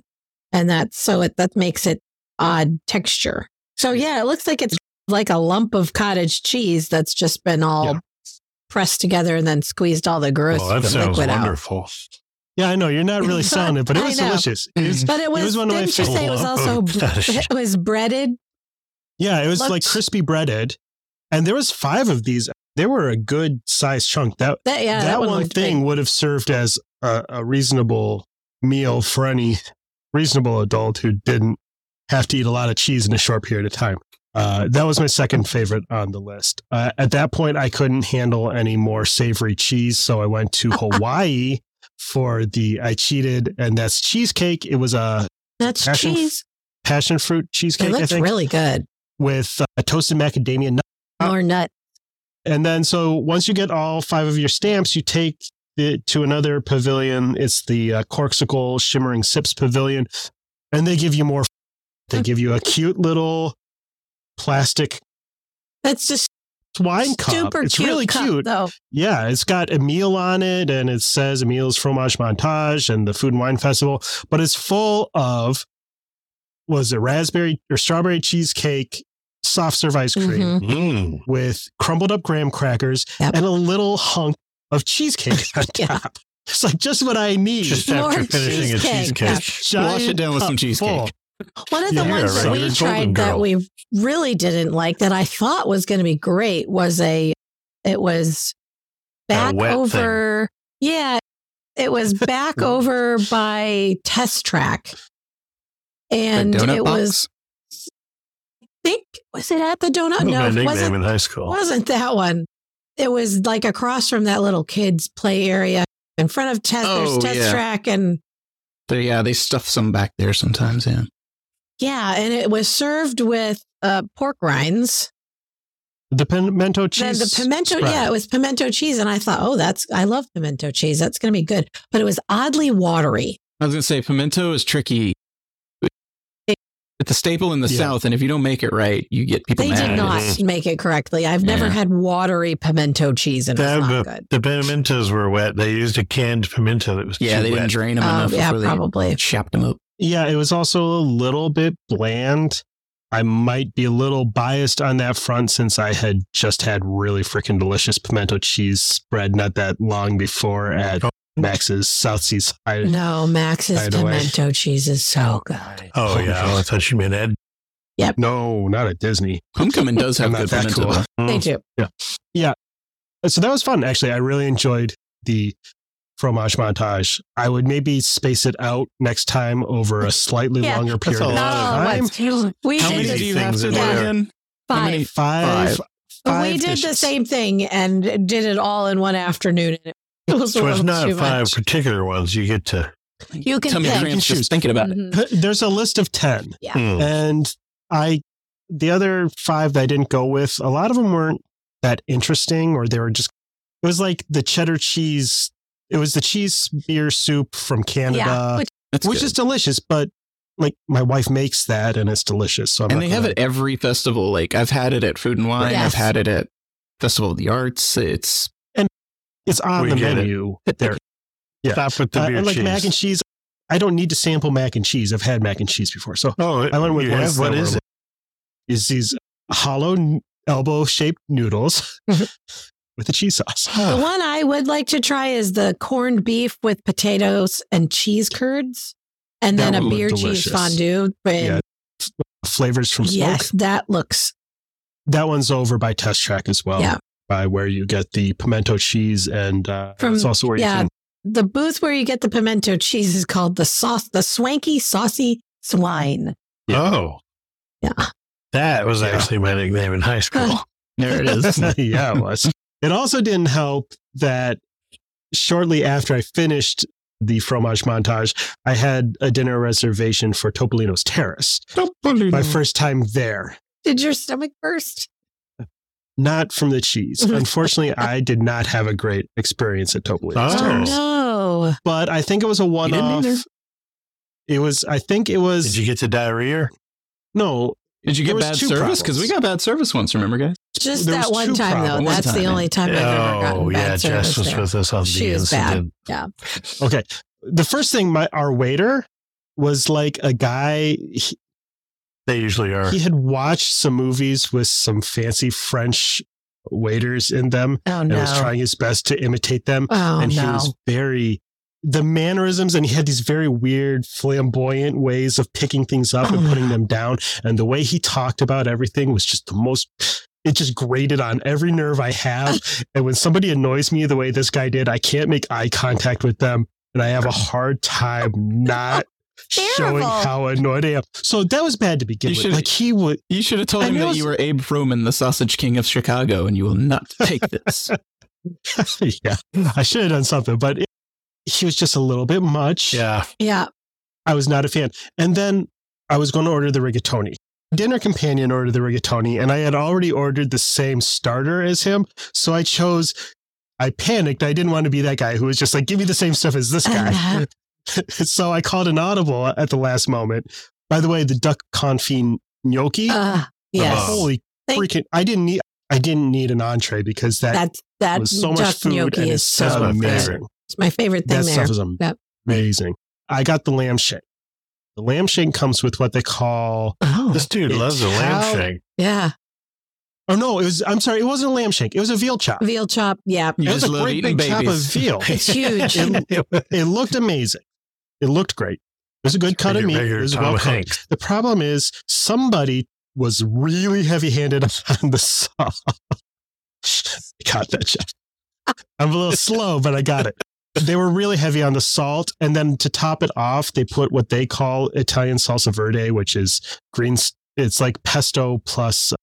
D: and that's so it that makes it odd texture. So yeah, it looks like it's like a lump of cottage cheese that's just been all.
A: Yeah.
D: Pressed together and then squeezed all the gross
C: Well, that sounds
D: liquid out.
C: wonderful.
A: Yeah, I know you're not really selling it, but it
D: I
A: was
D: know.
A: delicious. It was-
D: But it was,
A: was one of my
D: didn't you say it was
C: favorites.
D: also it was breaded?
A: yeah, it was
D: Looked-
A: like crispy breaded, and there was five of these. They were a good sized chunk. That
D: That yeah,
A: that, one
D: looked
A: thing
D: big.
A: would have served as a, a reasonable meal for any reasonable adult who didn't have to eat a lot of cheese in a short period of time. Uh, that was my second favorite on the list. Uh, at that point, I couldn't handle any more savory cheese, so I went to Hawaii for the I cheated, and that's cheesecake. It was a
D: That's
A: passion
D: cheese.
A: passion fruit
D: It
A: cheesecake, I
D: looks
A: think,
D: really good.
A: with uh, toasted macadamia nut. Uh,
D: More nut.
A: And then, so once you get all five of your stamps, you take it to another pavilion. It's the uh, Corksicle Shimmering Sips Pavilion, and they give you more. They give you a cute little plastic
D: That's just
A: wine cup.
D: super
A: it's
D: cute.
A: really
D: cup,
A: cute.
D: though.
A: Yeah, it's got Emil on it, and it says Emil's Fromage Montage and the Food and Wine Festival, but it's full of was it raspberry or strawberry cheesecake, soft serve ice cream
D: Mhm.
C: Mm.
A: with crumbled up graham crackers
D: Yep.
A: and a little hunk of cheesecake on
D: Yeah.
A: top. It's like just what I need.
C: Just
D: More
C: after finishing a
D: cheesecake.
C: cheesecake.
A: Giant
E: Wash it down with
A: cup
E: some cheesecake.
A: full.
D: One of the
A: Yeah,
D: ones that
A: right.
D: we
C: You're a
D: tried
C: golden
D: that
C: girl.
D: we really didn't like that I thought was going to be great was a it was
C: That
D: back
C: wet thing.
D: over yeah it was back over by test track and
E: the donut
D: it
E: box.
D: was think was it at the donut
C: That was
D: no
C: my
D: it
C: nickname
D: wasn't
C: in high school.
D: wasn't that one it was like across from that little kids play area in front of test
E: Oh,
D: there's test
E: yeah.
D: track and
E: They- yeah, they stuff some back there sometimes. Yeah.
D: yeah and it was served with uh, pork rinds
A: The pimento
D: Then
A: cheese.
D: the pimento,
A: spread.
D: yeah, it was pimento cheese, and I thought, oh, that's I love pimento cheese. That's going to be good, but it was oddly watery.
E: I was gonna say pimento is tricky. It's a staple in the
A: Yeah.
E: South, and if you don't make it right, you get people
D: They
E: mad.
D: did
C: Bananas.
D: not
C: Mhm.
D: make it correctly. I've never
E: Yeah.
D: had watery pimento cheese, and it's
C: That-
D: not
C: but
D: good.
C: The pimentos were wet. They used a canned pimento that was
E: Yeah,
C: too
E: they didn't
C: wet.
E: drain them
D: Oh,
E: enough
D: yeah,
E: before
D: probably.
E: they chopped them up.
A: Yeah, it was also a little bit bland. I might be a little biased on that front since I had just had really freaking delicious pimento cheese spread not that long before at
E: Oh.
A: Max's South
E: Mm.
A: Seaside.
D: No, Max's
A: By the way.
D: pimento cheese is so good.
C: Oh,
A: Oh,
C: yeah.
A: yeah.
C: I thought you meant Ed.
A: No, not at Disney.
E: Homecoming does have
A: Not
E: good
A: that
E: pimento.
A: cool.
E: though.
D: They
C: Mm.
D: do.
A: So that was fun. Actually, I really enjoyed the fromage montage. I would maybe space it out next time over a slightly
D: Yeah.
A: longer
C: That's a
A: period of
C: lot
D: of
A: time.
D: Oh, We
E: How
D: did
E: many
D: the
E: do you have
C: things
E: to
C: in
E: do
D: there.
E: again? How many?
D: five.
A: Five.
D: But
A: five
D: we did the
A: dishes.
D: same thing and did it all in one afternoon. and It was, a
C: So it's
D: little
C: not
D: too
C: five
D: much.
C: particular ones. You get to.
D: You can
E: Tell me
D: pick.
E: Graham's just thinking about it.
D: Mhm.
A: There's a list of 10.
D: Yeah.
C: Mm.
A: And I, the other five that I didn't go with, a lot of them weren't that interesting, or they were just, it was like the cheddar cheese. It was the cheese beer soup from Mm-hmm. Canada,
D: Yeah,
A: which,
D: which
E: That's good.
A: is delicious, but like my wife makes that and it's delicious. So I'm
E: and
A: not
E: they have
A: gonna-
E: it every festival. Like I've had it at Food and Wine.
D: Yes.
E: I've had it at Festival of the Arts. It's
A: It's on
C: We
A: the
C: get it.
A: menu there. Yeah.
C: hmm, Stop with the
A: Uh,
C: beer
A: and like
C: cheese.
A: mac and cheese, I don't need to sample mac and cheese. I've had mac and cheese before. So
C: oh,
A: I went with
C: you
A: ones
C: have,
A: that
C: what
A: were-
C: is it?
A: is these hollow elbow shaped noodles with a cheese sauce.
D: The one I would like to try is the corned beef with potatoes and cheese curds, and
A: That
D: then a
A: would look
D: beer
A: delicious.
D: cheese fondue. But
A: Yeah, Flavors from smoke.
D: yes, that looks
A: That one's over by Test Track as well.
D: Yeah.
A: By where you get the pimento cheese and uh,
D: From-
A: it's also where
D: yeah.
A: you can.
D: the booth where you get the pimento cheese is called the sauce, the swanky saucy swine.
C: Oh.
D: Yeah.
C: That was
A: Yeah.
C: actually my nickname in high school.
E: there it is.
A: yeah, it was. It also didn't help that shortly after I finished the fromage montage, I had a dinner reservation for Topolino's Terrace. My
D: Mm-hmm.
A: first time there.
D: Did your stomach burst?
A: Not from the cheese. Unfortunately, I did not have a great experience at Topolino's
C: Oh.
A: Terrace.
D: no!
A: but I think it was a one off.
E: either?
A: It was, I think it was,
C: Did you get the diarrhea?
A: no,
E: Did you
A: There
E: get
A: was
E: bad
A: two
E: service? Because we
A: problems.
E: got bad service once. Remember, guys?
D: Just
A: There
D: that
A: was two
D: one time
A: problems.
D: though.
E: One
D: That's the
E: time.
D: only time I've ever
C: oh,
D: gotten
C: yeah.
D: bad service
C: Jess was
D: there.
C: with us on
D: She
C: the
D: was bad.
C: incident.
A: okay. The first thing, my our waiter was like a guy. He,
C: They usually are.
A: he had watched some movies with some fancy French waiters in them,
D: Oh
A: and
D: no!
A: was trying his best to imitate them.
D: oh
A: and he
D: no!
A: was very the mannerisms, and he had these very weird, flamboyant ways of picking things up and
D: Oh.
A: putting them down. And the way he talked about everything was just the most. It just grated on every nerve I have. And when somebody annoys me the way this guy did, I can't make eye contact with them, and I have a hard time not. Showing
D: Terrible.
A: how annoyed I am, so that was bad to begin
E: You
A: with.
E: should-
A: Like he would,
E: You should have told
A: I
E: him
A: know
E: that
A: it's-
E: you were Abe Froman, the Sausage King of Chicago, and you will not take this.
A: yeah. I should have done something, but it, he was just a little bit much.
C: Yeah.
D: yeah,
A: I was not a fan. And then I was going to order the rigatoni. Dinner companion ordered the rigatoni, and I had already ordered the same starter as him. So I chose, I panicked. I didn't want to be that guy who was just like, give me the same stuff as this
D: Uh-huh.
A: guy. so I called an audible at the last moment. By the way, the duck confit gnocchi
D: uh, Yes.
A: Holy
D: Thank-
A: freaking! I didn't need. I didn't need an entree because that,
D: That's that
A: was so much
D: duck
A: food
D: gnocchi
A: and
D: is
A: it's so
D: so
C: my
D: good.
C: favorite.
A: amazing.
D: It's my favorite thing
A: That
D: there.
A: stuff is
D: Yep.
A: amazing. I got the lamb shake. The lamb shake comes with what they call
D: oh,
C: This dude
A: It's
C: loves a
A: how-
C: lamb shake.
D: yeah.
A: Oh no, it was. I'm sorry, it wasn't a lamb shank. It was a veal chop.
D: Veal chop. Yeah.
E: You
A: it was
E: just
A: a
E: love
A: great
E: eating
A: big chop of
E: babies.
A: veal.
D: It's huge.
A: it looked amazing. It looked great. It was a good cut of
C: Regular-
A: meat. It
C: regular
A: was
C: Tom
A: well cooked.
C: Hanks.
A: The problem is somebody was really heavy-handed on the sauce. got that shit. I'm a little slow, but I got it. They were really heavy on the salt, and then to top it off, they put what they call Italian salsa verde, which is green. s- It's like pesto plus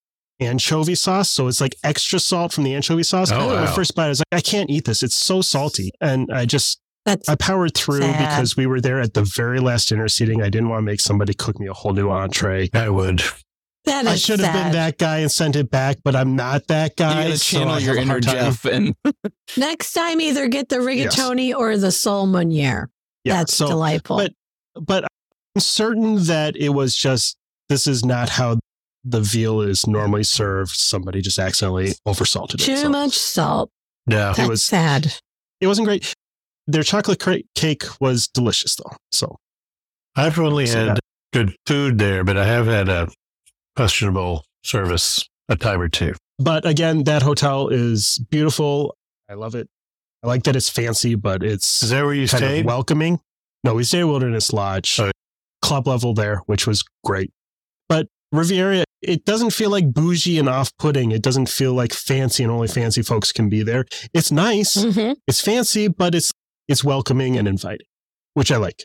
A: anchovy sauce, so it's like extra salt from the anchovy sauce.
C: Oh,
A: I remember the
C: wow.
A: first bite, I was like, I can't eat this. It's so salty, and I just
D: That's
A: I powered through
D: Sad.
A: because we were there at the very last dinner seating. I didn't want to make somebody cook me a whole new entree.
C: I would.
D: that is
A: I should have
D: sad.
A: been that guy and sent it back, but I'm not that guy.
E: you gotta
A: so
E: channel
A: I
E: your
A: have a
E: inner
A: hard time.
E: Jeff and
D: Next time, either get the rigatoni or the sole meunier.
A: Yeah,
D: That's
A: so,
D: delightful.
A: but- but I'm certain that it was just this is not how the veal is normally served. Somebody just accidentally oversalted
D: Too
A: it. so
D: much salt.
C: No.
D: That's
A: was-
D: sad.
A: It wasn't great. Their chocolate cra- cake was delicious though. So
C: I've only
A: So
C: had
A: that-
C: good food there, but I have had a questionable service a time or two.
A: But again, that hotel is beautiful. I love it. I like that it's fancy, but it's
C: Is that where you
A: kind of
C: stayed?
A: welcoming. No, we stayed at Wilderness Lodge,
C: Oh.
A: club level there, which was great. But Riviera, it doesn't feel like bougie and off putting. It doesn't feel like fancy and only fancy folks can be there. It's nice,
D: hmm
A: it's fancy, but it's it's welcoming and inviting, which I like.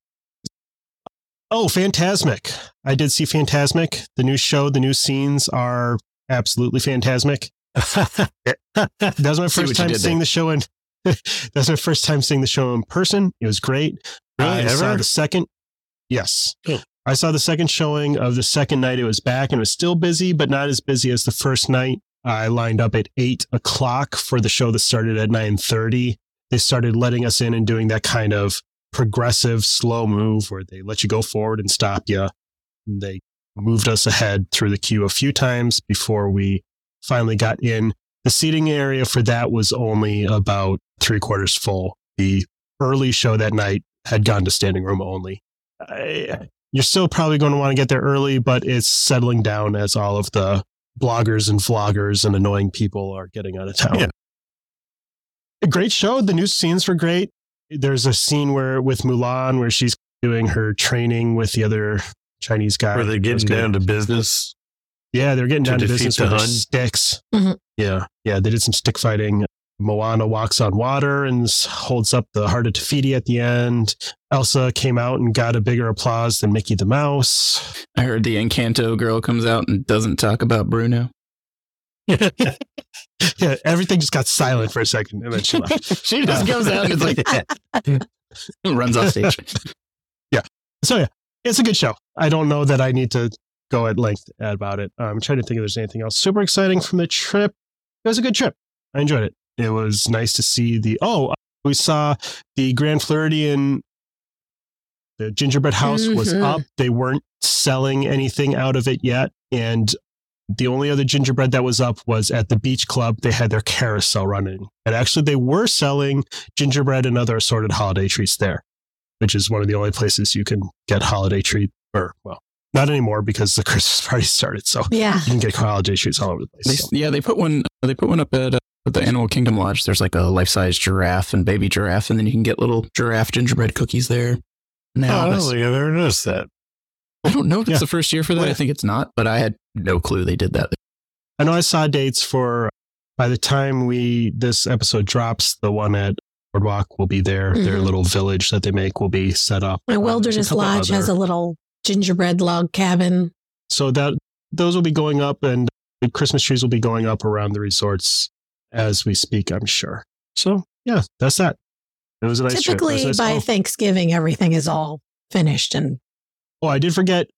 A: Oh, Phantasmic. I did see Phantasmic. The new show, the new scenes are absolutely phantasmic. That was my
E: See what
A: first
E: you
A: time
E: did
A: seeing
E: there.
A: the show in. that was my first time seeing the show in person. It was great.
C: Really?
A: I saw
C: Ever?
A: the second. Yes,
C: Cool.
A: I saw the second showing of the second night. It was back and it was still busy, but not as busy as the first night. I lined up at eight o'clock for the show that started at nine thirty. They started letting us in and doing that kind of progressive slow move where they let you go forward and stop you. They moved us ahead through the queue a few times before we finally got in. The seating area for that was only about three quarters full. The early show that night had gone to standing room only. I, you're still probably going to want to get there early, but it's settling down as all of the bloggers and vloggers and annoying people are getting out of town.
C: Yeah.
A: A great show. The new scenes were great. There's a scene where with Mulan where she's doing her training with the other Chinese guy.
C: Were they
A: That was
C: getting
A: good.
C: down to business?
A: Yeah, they're getting
C: To
A: down to
C: defeat
A: business
C: the
A: with their
C: Hun?
A: sticks.
D: Mhm.
A: Yeah, yeah, they did some stick fighting. Moana walks on water and s- holds up the heart of Tafiti at the end. Elsa came out and got a bigger applause than Mickey the Mouse.
E: I heard the Encanto girl comes out and doesn't talk about Bruno.
A: Yeah, everything just got silent for a second and then she left.
E: She just goes out and it's like runs off stage.
A: So yeah, it's a good show. I don't know that I need to go at length about it. I'm trying to think if there's anything else super exciting from the trip. It was a good trip. I enjoyed it. It was nice to see the oh we saw the Grand Floridian. The gingerbread house was
D: Mhm.
A: up. They weren't selling anything out of it yet, and the only other gingerbread that was up was at the beach club. They had their carousel running, and actually they were selling gingerbread and other assorted holiday treats there, which is one of the only places you can get holiday treat or well, not anymore because the Christmas party started. So
D: Yeah.
A: you can get holiday treats all over the
E: They,
A: place. So.
E: yeah, they put one. They put one up at, uh, at the Animal Kingdom Lodge. There's like a life size giraffe and baby giraffe, and then you can get little giraffe gingerbread cookies there. Now
C: I
E: I
C: don't think I've ever noticed that.
E: I don't know if
A: Yeah.
E: it's the first year for that. I think it's not, but I had no clue they did that.
A: I know I saw dates for by the time we this episode drops, the one at Boardwalk will be there. Their
D: Mhm.
A: little village that they make will be set up.
D: My
A: Uh, there's a
D: wilderness
A: couple
D: lodge has
A: other-
D: a little gingerbread log cabin.
A: So that those will be going up, and the Christmas trees will be going up around the resorts as we speak. I'm sure. So yeah, that's that. It was a nice trip. It was
D: Typically,
A: nice-
D: by
A: oh,
D: Thanksgiving, everything is all finished and
A: oh, I did forget.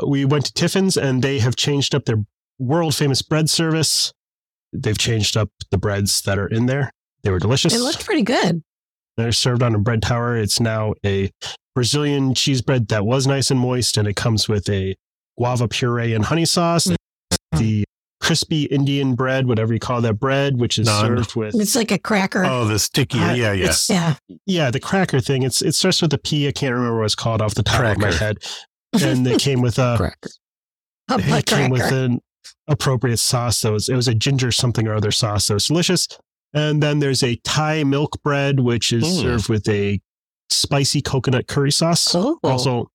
A: uh, We went to Tiffin's, and they have changed up their world famous bread service. They've changed up the breads that are in there. They were delicious.
D: it looked pretty good.
A: They're served on a bread tower. It's now a Brazilian cheese bread that was nice and moist, and it comes with a guava puree and honey sauce. the crispy Indian bread, whatever you call that bread, which is
C: Naan.
A: served with
D: It's like a cracker.
C: Oh, the sticky.
A: I-
C: yeah, yeah.
A: it's-
D: Yeah.
A: yeah, the cracker thing. It's it starts with a P. I can't remember what it's called off the top of my
C: Cracker.
A: head. And they came with a
E: Cracker.
D: A
A: it
D: butt
A: came with
D: cracker.
A: an appropriate sauce. That was it was a ginger something or other sauce. That was delicious. And then there's a Thai milk bread, which is
C: Mm.
A: served with a spicy coconut curry sauce.
D: Cool.
A: Also,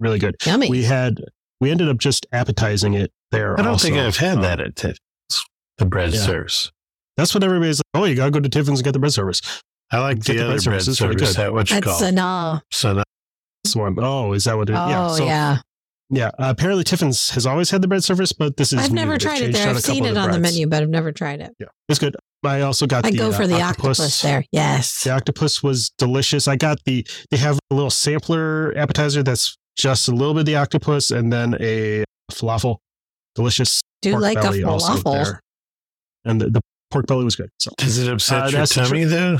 A: really good.
D: Yummy.
A: We had we ended up just appetizing it there.
C: I don't
A: also.
C: think I've had
A: Um,
C: that at Tiff- uh, the bread
A: Yeah.
C: service.
A: That's what everybody's like. Oh, you gotta go to Tiffin's and get the bread service.
C: I like
A: But
C: the,
A: the
C: other
A: bread
C: bread
A: service is really
C: service.
A: good.
C: That what you
D: That's
C: call
D: a nah.
C: Sana-
A: This one. Oh, is that what it is?
D: Oh,
A: So,
D: yeah.
A: Yeah, uh, apparently Tiffin's has always had the bread service, but this is
D: I've
A: new.
D: never
A: They've
D: tried it
A: changed
D: there.
A: out a
D: I've seen
A: couple
D: it
A: of
D: on the
A: breads.
D: menu, but I've never tried it.
A: Yeah, it's good. I also got.
D: I
A: the,
D: go
A: uh,
D: for the octopus. there. Yes.
A: The octopus was delicious. I got the. They have a little sampler appetizer that's just a little bit of the octopus, and then a falafel. Delicious.
D: Do
A: pork
D: like a
A: belly also
D: falafel.
A: there. And the, the pork belly was good. So
C: Does it upset
A: Uh,
C: your
A: that's the tr-
C: tummy though?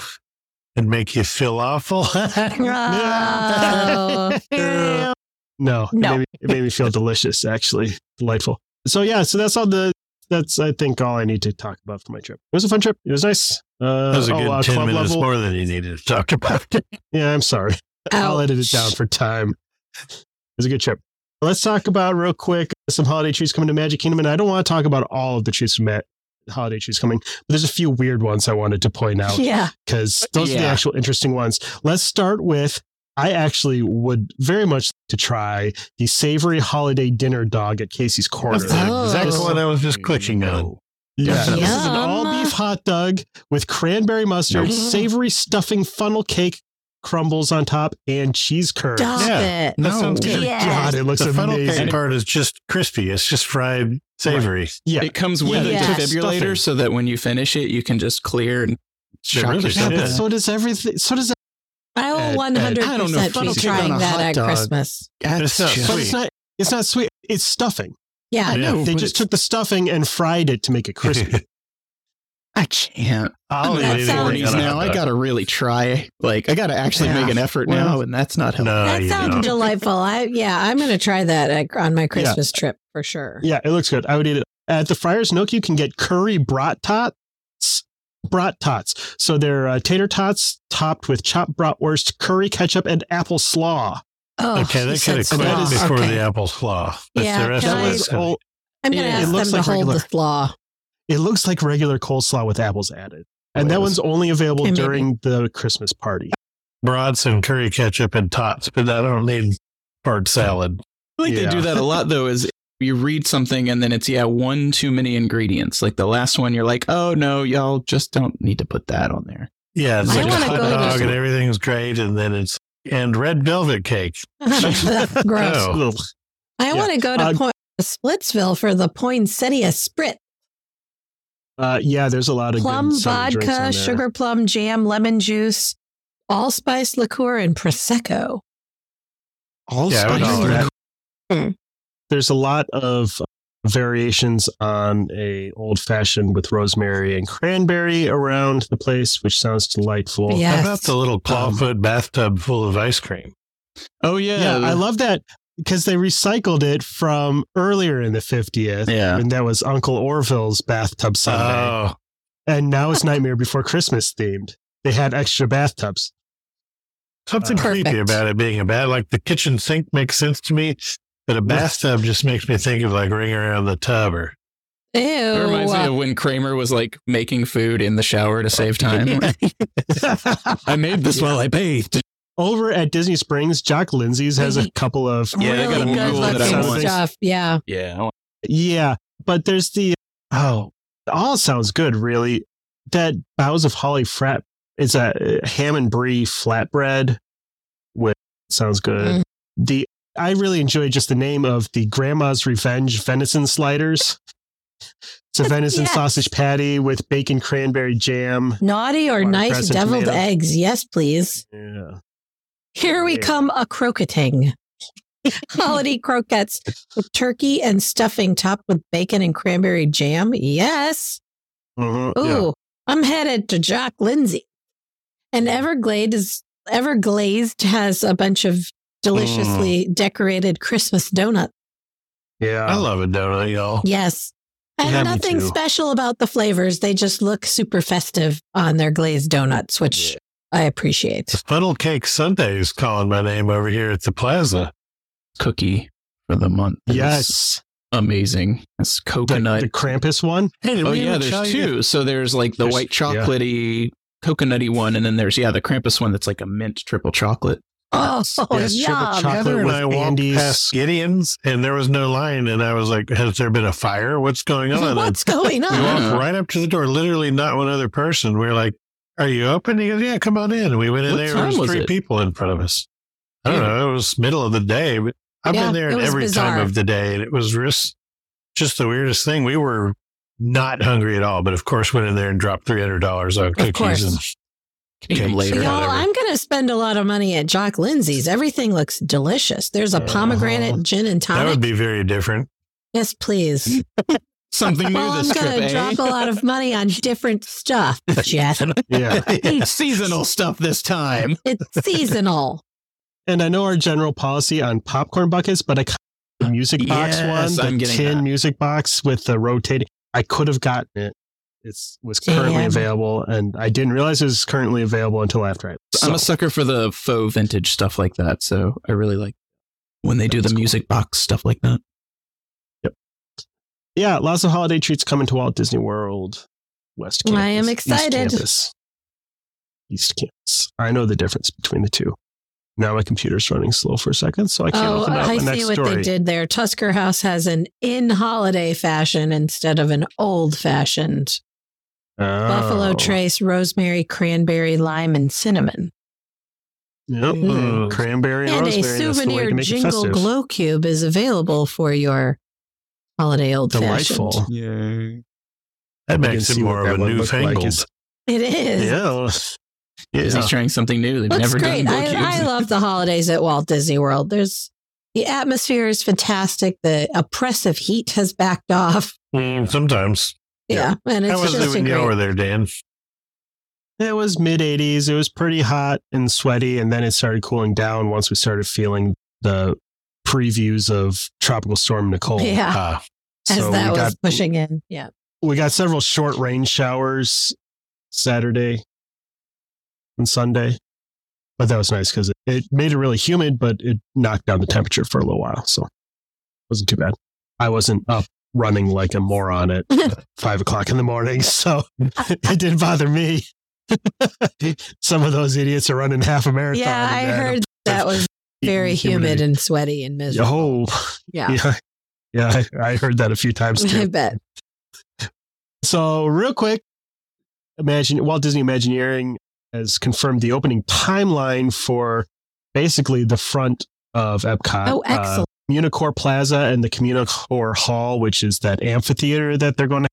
C: And make you feel awful?
D: Oh.
A: no, no, It,
D: No.
A: made me, it made me feel delicious. Actually, delightful. So yeah, so that's all the. That's I think all I need to talk about for my trip. It was a fun trip. It was nice. Uh,
C: that was a
A: oh,
C: good
A: uh,
C: 10
A: club
C: minutes
A: level.
C: more than you needed to talk about.
A: Yeah, I'm sorry. I'll
D: Ouch.
A: edit it down for time. It was a good trip. Let's talk about real quick uh, some holiday trees coming to Magic Kingdom, and I don't want to talk about all of the trees from Ma- holiday trees coming, but there's a few weird ones I wanted to point out
D: Yeah.
A: because those are the
E: Yeah.
A: actual interesting ones. Let's start with I actually would very much like to try the savory holiday dinner dog at Casey's Corner.
C: That's the exact
D: Oh.
C: one I was just clicking on.
A: Yeah,
E: Yum.
A: this is an all
D: um,
A: beef hot dog with cranberry mustard,
D: Nope.
A: savory stuffing, funnel cake crumbles on top, and cheese curds.
D: Stop
C: Yeah.
D: it.
C: That
E: No.
C: sounds good.
D: Yeah.
A: God, it looks
C: The funnel
A: amazing.
C: cake part is just crispy. It's just fried savory.
A: Yeah,
E: It comes with
D: Yeah.
E: a defibrillator
A: Stuffing.
E: so that when you finish it, you can just clear and shock
C: really
E: yourself.
A: yeah, but
C: Yeah.
A: so does everything. So does,
D: I
A: Ed, Ed,
D: will one hundred
E: I don't know if
D: percent
E: funnel
D: be
E: cake on
D: trying
E: a
D: that
E: hot
D: at
E: dog.
D: Christmas.
E: That's
C: not
E: just-
C: sweet.
A: but
C: Oh,
A: it's not. It's not sweet. It's stuffing.
D: Yeah.
E: I
C: Yeah.
E: know.
A: They
E: but
A: just
E: it's-
A: took the stuffing and fried it to make it crispy.
E: I can't.
C: I'll
E: I'm in
D: eat
E: my
D: it on a
E: 40s now. I gotta really try. Like I gotta actually
D: Yeah.
E: make an effort now,
A: Well,
E: and that's not helpful.
C: No,
D: That
C: you
D: sounds
C: don't.
D: delightful. I yeah, I'm gonna try that at, on my Christmas trip for sure.
A: yeah, it looks good. I would eat it at the Friars Nook. You can get curry brat tots. Brat tots. So they're uh, tater tots topped with chopped bratwurst, curry ketchup, and apple slaw.
D: Oh,
C: Okay,
D: you
C: they
D: said
C: could have
D: slaw.
C: quit before
D: Okay.
C: the apple slaw. That's
D: Yeah,
C: the rest
D: can
A: That
C: of
D: I-
C: it's
A: was oh,
D: I'm gonna
E: Yeah.
D: ask
E: It
D: them
A: looks
D: to
A: like
D: hold
A: regular.
D: the slaw.
A: It looks like regular coleslaw with apples added.
C: Oh,
A: And that one's only available
D: Okay, maybe.
A: during the Christmas party.
C: brats and curry ketchup and tots, but I don't need part salad.
E: I think
A: Yeah.
E: they do that a lot though. Is you read something and then it's yeah one too many ingredients. Like the last one, you're like, oh no, y'all just don't need to put that on there.
C: Yeah, it's
D: I
C: like a
D: wanna
C: hot
D: go to-
C: dog and everything's great, and then it's and red velvet cake.
D: That's gross.
C: Oh.
A: Ugh.
D: I
A: Yeah.
D: want to go to
A: Uh,
D: po- Splitsville for the poinsettia spritz.
A: Uh, yeah, there's a lot of
D: plum
A: good summer drinks on
D: vodka,
A: there.
D: sugar plum jam, lemon juice, allspice liqueur, and prosecco.
A: All
C: Yeah, I would
A: spice
C: order
A: rack.
D: Mm.
A: There's a lot of variations on a old fashioned with rosemary and cranberry around the place, which sounds delightful.
D: Yeah.
C: How
D: Yes.
C: about the little clawfoot bathtub full of ice cream?
E: Oh
A: Yeah,
E: yeah,
A: I love that because they recycled it from earlier in the 50th.
E: Yeah.
A: And that was Uncle Orville's bathtub Sunday.
C: Oh,
A: and now it's Nightmare Before Christmas themed. They had extra bathtubs.
C: something
D: Uh,
C: creepy
D: Perfect.
C: about it being a bath. Like the kitchen sink makes sense to me, but a bathtub just makes me think of like ring around the tub or
D: Ew.
E: It reminds me of when Kramer was like making food in the shower to save time. I made this while I bathed.
A: Over at Disney Springs, Jock Lindsay's has a couple of
E: Yeah, they got
D: really
E: a
D: good
E: rule that I
D: looking
E: want.
D: stuff. Yeah.
E: Yeah,
A: Yeah, but there's the oh, it all sounds good really. That Boughs of Holly frat it's a uh, ham and brie flatbread with sounds good.
D: Mm.
A: The I really enjoy just the name of the Grandma's Revenge venison sliders. It's a venison
D: Yes.
A: sausage patty with bacon cranberry jam.
D: Naughty or
A: Watercress
D: nice
A: and
D: deviled
A: tomato.
D: eggs. Yes, please.
A: Yeah.
D: Here we
A: Yeah.
D: come a croqueting. Holiday croquettes with turkey and stuffing topped with bacon and cranberry jam. Yes.
A: Mhm,
D: Ooh,
A: yeah.
D: I'm headed to Jock Lindsay. And
A: Mm.
D: Everglade is Everglazed has a bunch of
A: Mm.
D: deliciously decorated Christmas donuts.
A: Yeah.
C: I love a donut, y'all.
D: Yes. And
A: Yeah, me
D: nothing
A: too.
D: special about the flavors. They just look super festive on their glazed donuts, which I appreciate.
C: The funnel cake Sunday is calling my name over here at the plaza.
E: Cookie for the month. is
A: Yes.
E: amazing. It's
A: The,
E: coconut.
A: the Krampus one.
C: Hey, did
E: oh
C: we
E: yeah,
C: ever tell
E: there's
C: you-
E: two. So there's like the
A: There's-
E: white
A: yeah.
E: chocolatey, coconutty one, and then there's yeah the Krampus one that's like a mint triple chocolate.
D: Oh,
A: Yes, triple
D: yum.
A: chocolate
C: Heather and
A: with
C: I walked
A: Andes.
C: past Gideon's, and there was no line, and I was like, "Has there been a fire? What's going on?" And
D: What's going
C: we
D: on?
E: want-
C: walked right up to the door, literally not one other person. We are like, "Are you open?" He goes, "Yeah, come on in." And we went in
E: What
C: there.
E: time
C: There was,
E: was
C: three
E: it?
C: people in front of us. I don't
E: Yeah.
C: know. It was middle of the day, but I've
D: Yeah,
C: been there
D: it
C: at
D: was
C: every time
D: bizarre.
C: of the day, and it was just just the weirdest thing. We were not hungry at all, but of course went in there and dropped three hundred dollars on
D: course.
C: cookies and
E: Came
C: Cakes.
E: later.
C: or
D: Y'all,
C: whatever.
D: I'm going to spend a lot of money at Jock Lindsay's. Everything looks delicious. There's a
A: Uh-huh.
D: pomegranate gin and
C: that
D: tonic.
C: would be very different.
D: yes, please.
E: Something new
D: Well, I'm
E: this trip,
D: going to
E: eh?
D: drop a lot of money on different stuff, Jeff.
A: Yeah.
E: Seasonal stuff this time.
D: It's seasonal.
A: and I know our general policy on popcorn buckets, but I kind of- the music box
E: Yes,
A: one,
E: I'm
A: the
E: getting
A: tin
E: that.
A: music box with the rotating. I could have gotten it. It was currently
D: Damn.
A: available, and I didn't realize it was currently available until after I.
E: I'm
A: So,
E: a sucker for the faux vintage stuff like that, so I really like when they do the music box stuff like that.
A: yeah, lots of holiday treats coming to Walt Disney World West Campus.
D: I am
A: East
D: excited.
A: Campus. East Campus. I know the difference between the two. Now my computer's running slow for a second, so I can't
D: Oh,
A: open up
D: I
A: my
D: see
A: next
D: what
A: story.
D: they did there. Tusker House has an in holiday fashion instead of an old fashioned Buffalo
A: Oh.
D: Trace, rosemary, cranberry, lime, and cinnamon.
A: Yep. uh,
D: Mm.
A: Cranberry
D: And
A: and,
D: a
A: rosemary. That's the way
D: souvenir
A: to make it
D: jingle
A: festive.
D: glow cube is available for your holiday old fashioned.
A: Delightful.
E: Yeah.
C: That makes
A: We can
C: it
A: see what
C: more
A: that
C: of a
A: one looked like.
C: newfangled.
A: It's-
D: It is.
A: Yeah.
E: Is he's trying something new? They've
D: Looks
E: never
D: great.
E: done
D: I, I love the holidays at Walt Disney World. There's the atmosphere is fantastic. The oppressive heat has backed off.
C: Mm, sometimes.
D: Yeah, and
C: How
D: it's
C: was it
D: just a
C: when you were
D: great.
C: there, Dan?
A: It was mid 80s. It was pretty hot and sweaty. And then it started cooling down once we started feeling the previews of Tropical Storm Nicole.
D: Yeah,
C: Ah,
D: as
A: So
D: that
A: we
D: was
A: got,
D: pushing in. Yeah,
A: We got several short rain showers Saturday and Sunday. But that was nice because it, it made it really humid, but it knocked down the temperature for a little while. So it wasn't too bad. I wasn't up running like a moron at five o'clock in the morning. So it didn't bother me. Some of those idiots are running half a marathon.
D: yeah, I
A: and
D: heard that was very humid and sweaty and miserable.
A: Oh,
D: Yeah,
A: yeah. Yeah, I, I heard that a few times
D: I
A: too.
D: bet.
A: So, real quick, imagine Walt Disney Imagineering has confirmed the opening timeline for basically the front of Epcot.
D: Oh,
A: Uh,
D: excellent.
A: Communicore Plaza and the Communicore Hall, which is that amphitheater that they're going to.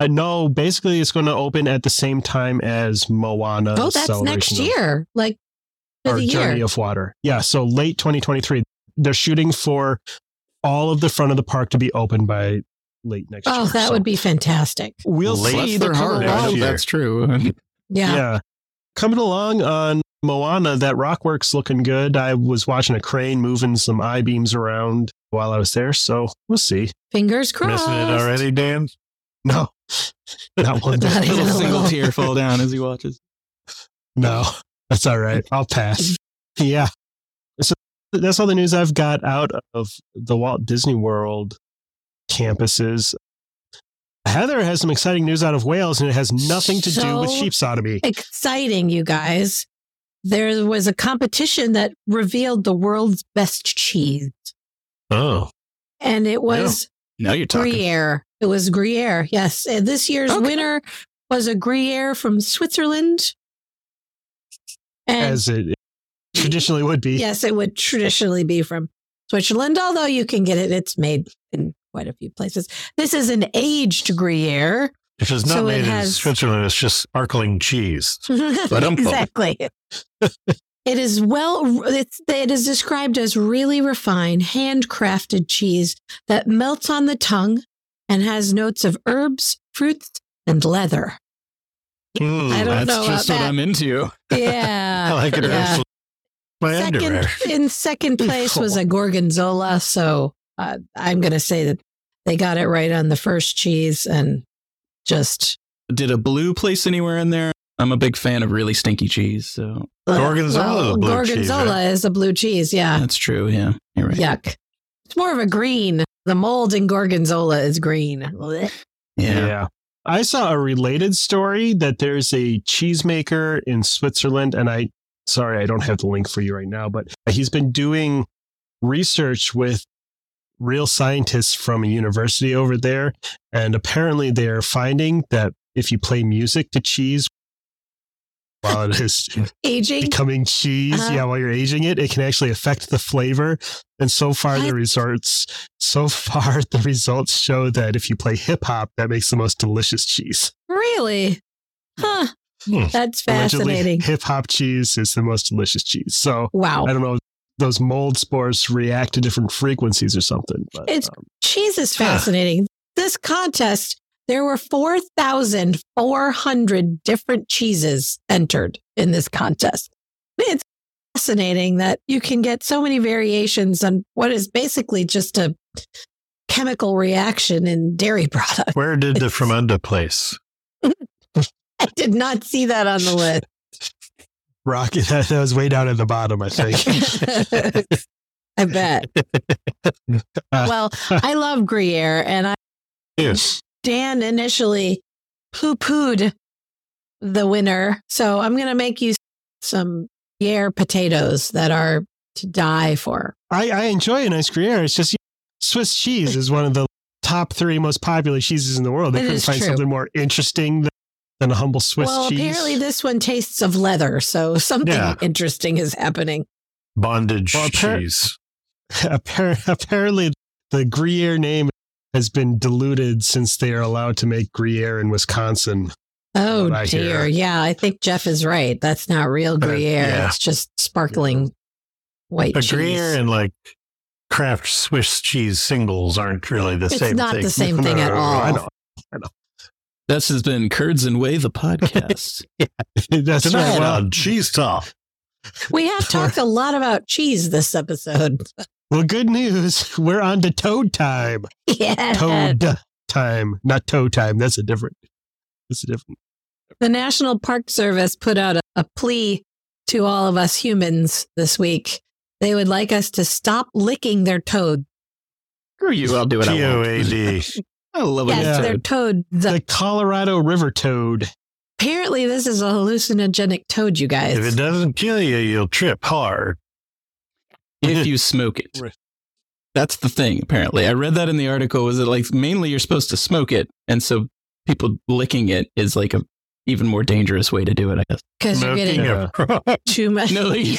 A: Uh, no, basically, it's going to open at the same time as Moana.
D: oh, that's
A: Celebration
D: next
A: of-
D: year. Like for
A: or
D: the
A: Journey
D: year.
A: of Water. Yeah, so late 2023. They're shooting for all of the front of the park to be open by late next year.
D: Oh, that
A: So
D: would be fantastic.
A: We'll
C: Bless
A: see.
C: their
A: They're coming
C: heart.
A: along.
C: Next year.
E: That's true.
D: Yeah.
A: Yeah. Coming along on Moana, that rock work's looking good. I was watching a crane moving some I beams around while I was there, so we'll see.
D: Fingers crossed.
C: missing it already, Dan?
A: No, not one
D: Not
A: bit.
D: even
E: Little
D: a
E: single
D: little.
E: tear fall down as he watches.
A: No, that's all right. I'll pass. Yeah. So that's all the news I've got out of the Walt Disney World campuses. Heather has some exciting news out of Wales, and it has nothing to do with
D: So-
A: sheep sodomy.
D: exciting, you guys. There was a competition that revealed the world's best cheese,
C: Oh,
D: and it was
E: Now you're talking.
D: Gruyere. It was Gruyere. Yes. And this year's
E: Okay.
D: winner was a Gruyere from Switzerland. And
A: As it traditionally would be.
D: yes, it would traditionally be from Switzerland, although you can get it. It's made in quite a few places. This is an aged Gruyere.
C: if it's not
D: So it
C: made in
D: has-
C: Switzerland, it's just sparkling cheese.
E: Ba-dum-bum.
D: exactly. it is well. It's it is described as really refined, handcrafted cheese that melts on the tongue and has notes of herbs, fruits, and leather.
C: Mm,
D: I don't
E: That's
D: know about
E: just what
D: that.
E: I'm into.
C: I
D: Yeah.
C: like it.
D: Yeah.
C: My
D: second
C: underwear.
D: in second place was a gorgonzola, so uh, I'm going to say that They got it right on the first cheese and just.
E: Did a blue place anywhere in there? I'm a big fan of really stinky cheese, so
C: Gorgonzola is a blue cheese,
D: uh, Gorgonzola
C: right?
D: is a blue cheese. Yeah.
E: that's true. Yeah, you're right.
D: Yuck. It's more of a green. The mold in Gorgonzola is green. Blech.
E: yeah.
A: I saw a related story that there's a cheesemaker in Switzerland, and I, sorry, I don't have the link for you right now, but he's been doing research with real scientists from a university over there. And apparently they're finding that if you play music to cheese while it is
D: Aging.
A: becoming cheese,
D: Uh-huh.
A: yeah, while you're aging it, it can actually affect the flavor. And so far,
D: What?
A: the results, so far, the results show that if you play hip hop, that makes the most delicious cheese.
D: Really? Huh.
C: Hmm.
D: That's
A: Allegedly,
D: fascinating.
A: hip hop cheese is the most delicious cheese. So
D: Wow.
A: I don't know if those mold spores react to different frequencies or something. But,
D: It's-
A: um,
D: Cheese is fascinating. This contest, there were 4,400 different cheeses entered in this contest. It's fascinating that you can get so many variations on what is basically just a chemical reaction in dairy product.
C: Where did the Fremunda place?
D: I did not see that on the list.
A: rock that, that was way down at the bottom, I think.
D: I bet.
A: Uh,
D: well, I love Gruyere, and I
C: Yes.
D: Dan initially poo pooed the winner. So I'm going to make you some Gruyere potatoes that are to die for.
A: I, I enjoy an ice Gruyere. It's just Swiss cheese is one of the top three most popular cheeses in the world. They
D: It
A: couldn't
D: is
A: find
D: true.
A: something more interesting than, than a humble Swiss
D: well,
A: cheese.
D: apparently this one tastes of leather. So something
C: Yeah.
D: interesting is happening.
C: Bondage
A: Well, appar-
C: cheese.
A: Appar- apparently, the Gruyere name has been diluted since they are allowed to make Gruyere in Wisconsin.
D: Oh,
A: What I hear.
D: dear. Yeah, I think Jeff is right. That's not real
C: Uh,
D: Gruyere.
C: yeah.
D: It's just sparkling white
C: A
D: cheese.
C: Gruyere and like craft Swiss cheese singles aren't really the
D: It's
C: same
D: not
C: thing.
D: the same thing at all.
A: I know.
E: This has been Curds and Way, the podcast.
A: That's
C: Tonight
A: right. Well,
C: on Cheese Talk.
D: We have talked a lot about cheese this episode.
A: well, good news. We're on to toad time.
D: Yeah.
A: Toad time, not toe time. That's a different. That's a different.
D: The National Park Service put out a, a plea to all of us humans this week. They would like us to stop licking their toad.
E: Screw you. I'll do what
C: T
E: I
C: O
E: want.
C: A D.
E: I
C: Oh,
E: love
D: Yes,
A: yeah.
E: it.
D: their toad. The-
A: The Colorado River toad.
D: apparently, this is a hallucinogenic toad, you guys.
C: If it doesn't kill you, you'll trip hard.
E: if you smoke it.
C: Right.
E: That's the thing, apparently. I read that in the article. Was it like mainly you're supposed to smoke it, and so people licking it is like a even more dangerous way to do it, I guess.
D: Because you're
C: Smoking
D: getting
C: a frog.
D: too much.
E: No, you,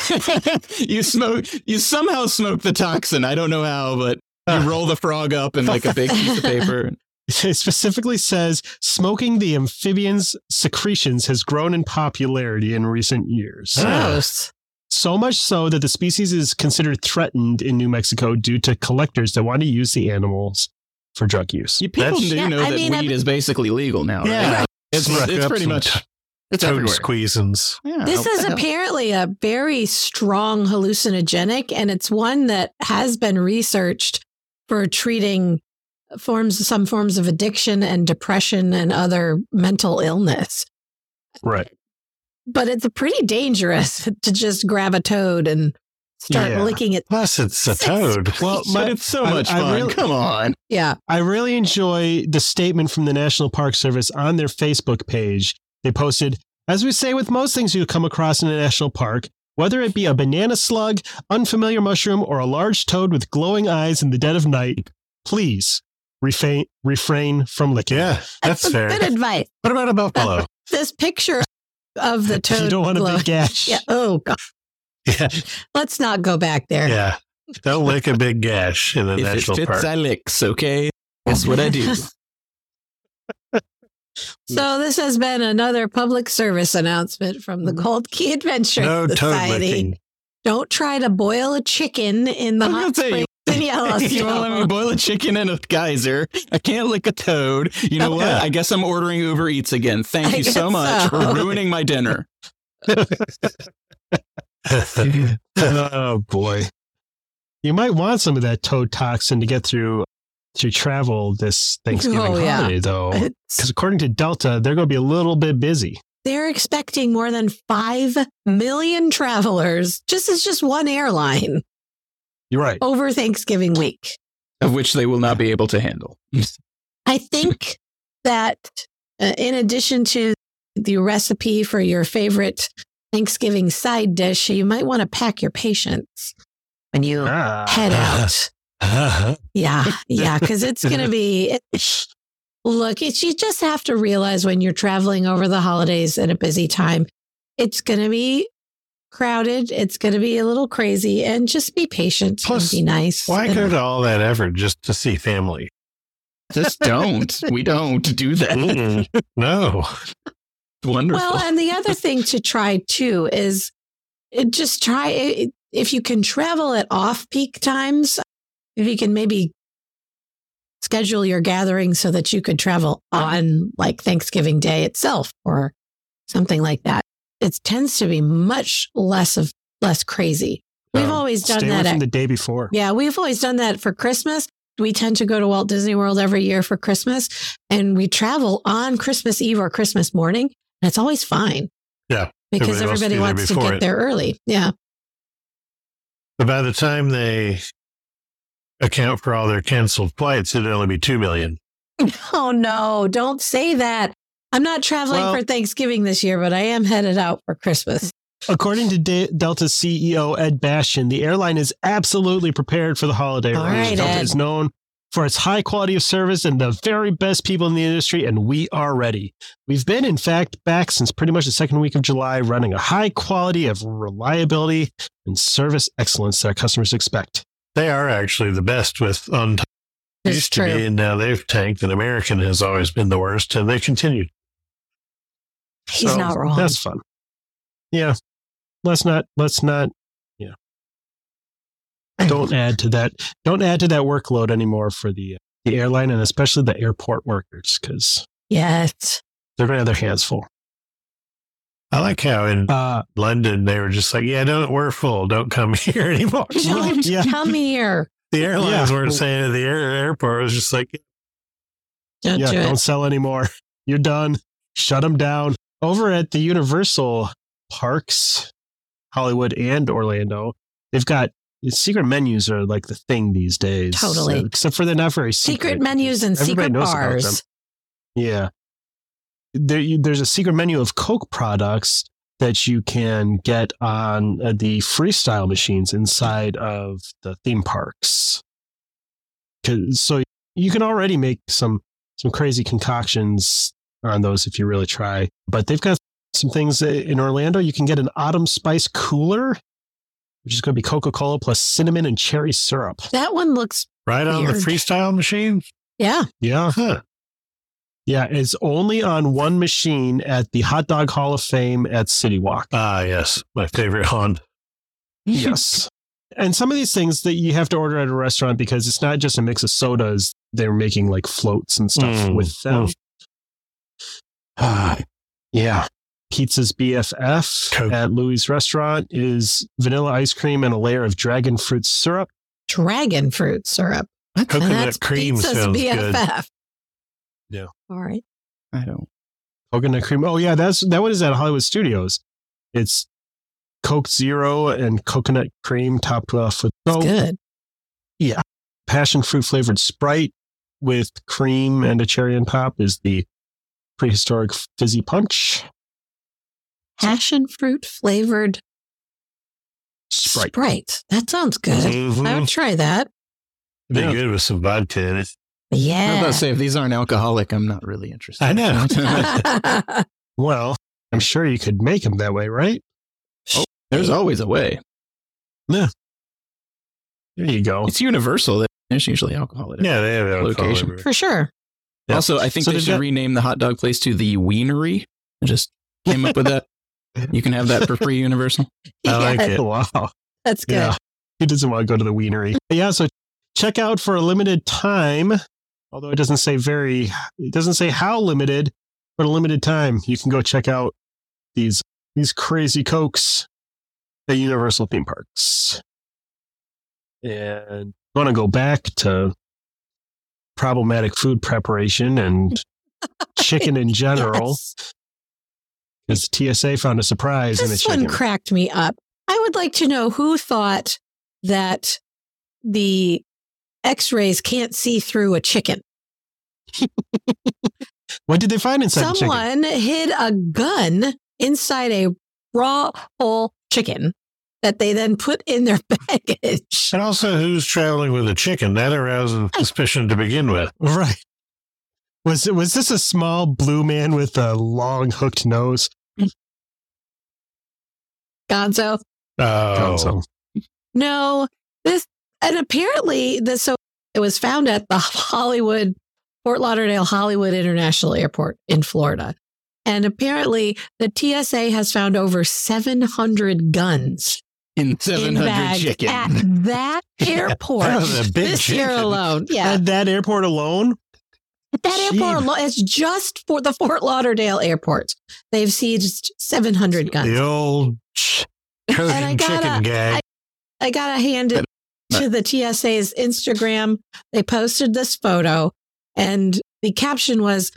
E: you smoke. You somehow smoke the toxin. I don't know how, but
C: Uh.
E: you roll the frog up in like a big piece of paper.
A: It specifically says smoking the amphibian's secretions has grown in popularity in recent years.
C: Huh.
D: Gross.
A: So much so that the species is considered threatened in New Mexico due to collectors that want to use the animals for drug use.
E: You people
C: That's-
E: do
D: Yeah,
E: know
D: I
E: that
D: mean,
E: weed
D: I'm-
E: is basically legal now. right?
C: Yeah.
E: It's,
C: Smoke
E: it's
C: up
E: pretty
C: some
E: much
C: to-
E: it's
C: Toad
E: everywhere.
C: squeezins.
E: Yeah,
D: This
E: what
D: is
E: the hell?
D: apparently a very strong hallucinogenic, and it's one that has been researched for treating forms, some forms of addiction and depression and other mental illness.
A: Right.
D: But it's pretty dangerous to just grab a toad and start
A: Yeah.
D: licking it.
C: Plus, it's a toad.
A: Well,
E: But
A: my,
E: it's so
A: I-
E: much
A: I
E: fun.
A: really-
E: Come on.
D: Yeah.
A: I really enjoy the statement from the National Park Service on their Facebook page. They posted, as we say with most things you come across in a national park, whether it be a banana slug, unfamiliar mushroom, or a large toad with glowing eyes in the dead of night, please refrain, refrain from licking.
C: Yeah, that's
D: a
C: fair.
D: Good advice.
C: What about a buffalo?
D: This picture of the toad.
A: you don't want a
D: glowing-
A: big gash.
D: Yeah. Oh, God.
C: yeah,
D: Let's not go back there.
C: yeah. Don't lick a big gash in a
E: If it
C: national
E: fits,
C: park.
E: I licks. Okay, that's what I do.
D: So this has been another public service announcement from
E: Mm-hmm.
D: the Gold Key Adventure
C: no toad
D: Society.
C: licking.
D: Don't try to boil a chicken in the
E: I was
D: hot
E: gonna say,
D: springs in
E: you want to let me
D: Yellowstone.
E: boil a chicken in a geyser? I can't lick a toad. You know what?
C: Oh, Yeah.
E: I guess I'm ordering Uber Eats again. Thank
D: I
E: you
D: guess
E: so much
D: so.
E: for ruining my dinner.
C: oh boy.
A: You might want some of that toad toxin to get through to travel this Thanksgiving
D: Oh, yeah.
A: holiday, though.
D: It's-
A: Because according to Delta, they're going to be a little bit busy.
D: They're expecting more than 5 million travelers, just as just one airline
A: You're right.
D: over Thanksgiving week.
E: of which they will not be able to handle.
D: I think that uh, in addition to the recipe for your favorite Thanksgiving side dish, you might want to pack your patience when you
E: Ah.
D: head out. Yeah, yeah, because it's going to be. it- look, it's, you just have to realize when you're traveling over the holidays at a busy time, it's going to be crowded. It's going to be a little crazy, and just be patient.
C: Plus,
D: and be nice.
C: Why
D: and-
C: go to all that effort just to see family?
E: Just don't. we don't do that.
C: Mm-mm. no.
E: Wonderful.
D: Well, and the other thing to try too is it just try it, if you can travel at off peak times, if you can maybe schedule your gathering so that you could travel on like Thanksgiving Day itself or something like that. It tends to be much less of less crazy. We've
A: Um,
D: always done
A: Stay away
D: that
A: from
D: at-
A: the day before.
D: yeah, we've always done that for Christmas. We tend to go to Walt Disney World every year for Christmas and we travel on Christmas Eve or Christmas morning. And it's always fine.
C: Yeah.
D: Because
C: Everybody wants to
D: everybody
C: be there
D: wants to
C: before
D: get
C: it.
D: there early. Yeah.
C: But by the time they account for all their canceled flights, it'd only be 2 million.
D: Oh, no, don't say that. I'm not traveling
A: Well-
D: for Thanksgiving this year, but I am headed out for Christmas.
A: According to De- Delta CEO Ed Bastian, the airline is absolutely prepared for the holiday.
D: All
A: rush.
D: right,
A: Delta
D: Ed.
A: is known for its high quality of service and the very best people in the industry, and we are ready. We've been, in fact, back since pretty much the second week of July, running a high quality of reliability and service excellence that our customers expect.
C: They are actually the best with on
D: It's
C: used to be,
D: true.
C: and now they've tanked, and American has always been the worst, and they continue.
D: He's
A: So,
D: not wrong.
A: That's fun. Yeah. Let's not, let's not, yeah. Don't add to that. Don't add to that workload anymore for the, uh, the airline and especially the airport workers because
D: Yes.
A: they're going to have their hands full.
C: I like how in
A: Uh,
C: London they were just like, "Yeah, don't we're full. Don't come here anymore."
D: Don't
A: Yeah.
D: come here.
C: the airlines
A: Yeah.
C: weren't saying it at the air, airport. It was just like,
D: Don't
A: yeah,
D: do
A: don't
D: it.
A: sell anymore. You're done. Shut them down. Over at the Universal Parks, Hollywood and Orlando, they've got secret menus are like the thing these days.
D: Totally.
A: except for they're not very secret.
D: Secret menus and
A: Everybody
D: secret
A: knows about them.
D: bars.
A: Yeah. There, you, there's a secret menu of Coke products that you can get on uh, the freestyle machines inside of the theme parks. 'Cause- So you can already make some some crazy concoctions on those if you really try. But they've got some things uh, in Orlando. You can get an autumn spice cooler, which is going to be Coca Cola plus cinnamon and cherry syrup.
D: That one looks,
C: "Right on the
D: Weird.
C: freestyle machine." Uh-huh.
D: yeah.
A: Yeah.
C: Huh.
A: Yeah, it's only on one machine at the Hot Dog Hall of Fame at City Walk.
C: Ah, yes, my favorite haunt.
A: Yes. and some of these things that you have to order at a restaurant because it's not just a mix of sodas, they're making like floats and stuff
C: Mm,
A: with them.
C: mm.
A: Ah, yeah. Pizza's BFF
C: Coke.
A: at Louis' restaurant is vanilla ice cream and a layer of dragon fruit syrup.
D: Dragon fruit syrup. And
C: Coconut cream
D: pizza's
C: sounds good.
D: BFF.
C: Yeah.
D: All right.
E: I don't.
A: Coconut cream. Oh yeah, that's that one is at Hollywood Studios. It's Coke Zero and coconut cream topped off with
D: It's
A: oh,
D: good.
A: passion fruit flavored Sprite with cream and a cherry on top is the prehistoric fizzy punch.
D: Passion fruit flavored
A: Sprite.
D: Sprite. That sounds good. I
C: Mhm.
D: would try that.
C: Be
A: Yeah.
C: good with some vodka in it.
E: I was about
D: Yeah.
E: to say if these aren't alcoholic, I'm not really interested.
C: I know.
A: Well, I'm sure you could make them that way, right?
E: There's always a way.
A: There you go.
E: It's universal. that There's usually alcohol. in it.
C: Yeah, they have alcohol
E: Location.
C: everywhere.
D: For sure.
A: Yeah.
E: Also, I think
A: So
E: they
A: they've
E: should
A: got-
E: rename the hot dog place to the Wienery. I just came up with that. You can have that for free, Universal.
C: I like it.
A: Wow.
D: That's good.
A: Yeah. Who doesn't want to go to the wienery? Yeah, so check out for a limited time, although it doesn't say very, it doesn't say how limited, but a limited time. You can go check out these these crazy cokes at Universal theme parks. And want to go back to problematic food preparation and chicken in general.
D: Yes.
A: Because TSA found a surprise in a
D: This one
A: chicken.
D: cracked me up. I would like to know who thought that the x rays can't see through a chicken.
A: what did they find inside the chicken?
D: Someone hid a gun inside a raw whole chicken that they then put in their baggage.
C: And also, who's traveling with a chicken? That arouses suspicion to begin with.
A: Right. Was it was this a small blue man with a long hooked nose?
D: Gonzo,
C: Oh,
A: Gonzo.
D: no, this, and apparently this, so it was found at the Hollywood, Fort Lauderdale Hollywood International Airport in Florida. And apparently the TSA has found over 700 guns
E: in Ah.
D: in
E: 700
D: bags
E: chicken.
D: at that airport
C: that was a big
D: this year
C: chicken.
D: alone. Yeah.
A: At that airport alone?
D: That airport, alo- it's just for the Fort Lauderdale airport. They've seized 700 guns.
C: the old ch-
D: I
C: Trojan
D: gotta-
C: chicken gag.
D: I got to hand it to the TSA's Instagram. They posted this photo, and the caption was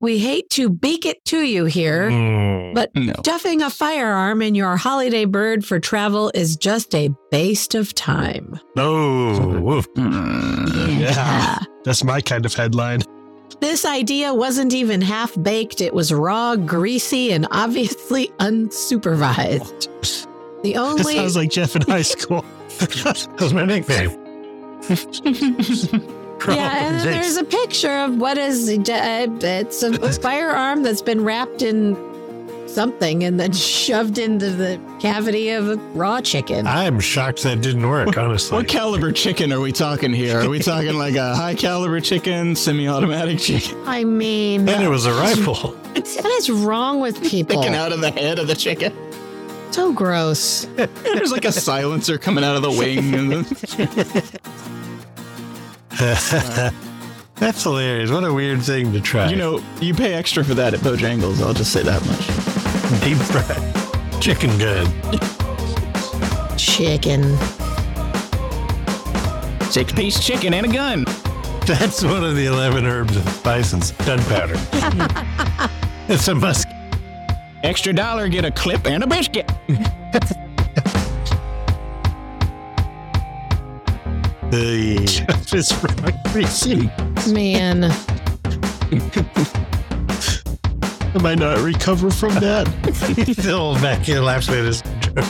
D: We hate to bake it to you here.
C: Mm.
E: no.
D: Duffing a firearm in your holiday bird for travel is just a waste of time.
C: No, Oh, woof.
E: Mm.
A: Yeah. That's my kind of headline.
D: This idea wasn't even half baked. It was raw, greasy, and obviously unsupervised. The
A: That
D: only
A: sounds like Jeff in high school.
C: that was my nickname. Oh,
D: yeah, and then there's a picture of what is uh, it's a firearm that's been wrapped in something and then shoved into the cavity of a raw chicken.
C: I'm shocked that didn't work, honestly.
E: What caliber chicken are we talking here? Are we talking like a high caliber chicken, semi automatic chicken?
D: I mean,
C: and it was a rifle.
D: what is wrong with people?
E: Picking out of the head of the chicken.
D: So gross.
E: There's like a silencer coming out of the wing. and-
C: That's hilarious. What a weird thing to try.
E: you know, you pay extra for that at Bojangles. I'll just say that much.
C: deep fried chicken good.
D: Chicken.
E: Six piece chicken and a gun.
C: That's one of the 11 herbs and spices. Gunpowder. it's a musk.
E: Extra dollar, get a clip and a biscuit.
C: The
A: Jeff is from greasy.
D: Man,
A: I might not recover from that.
C: the old back here laughs at his joke.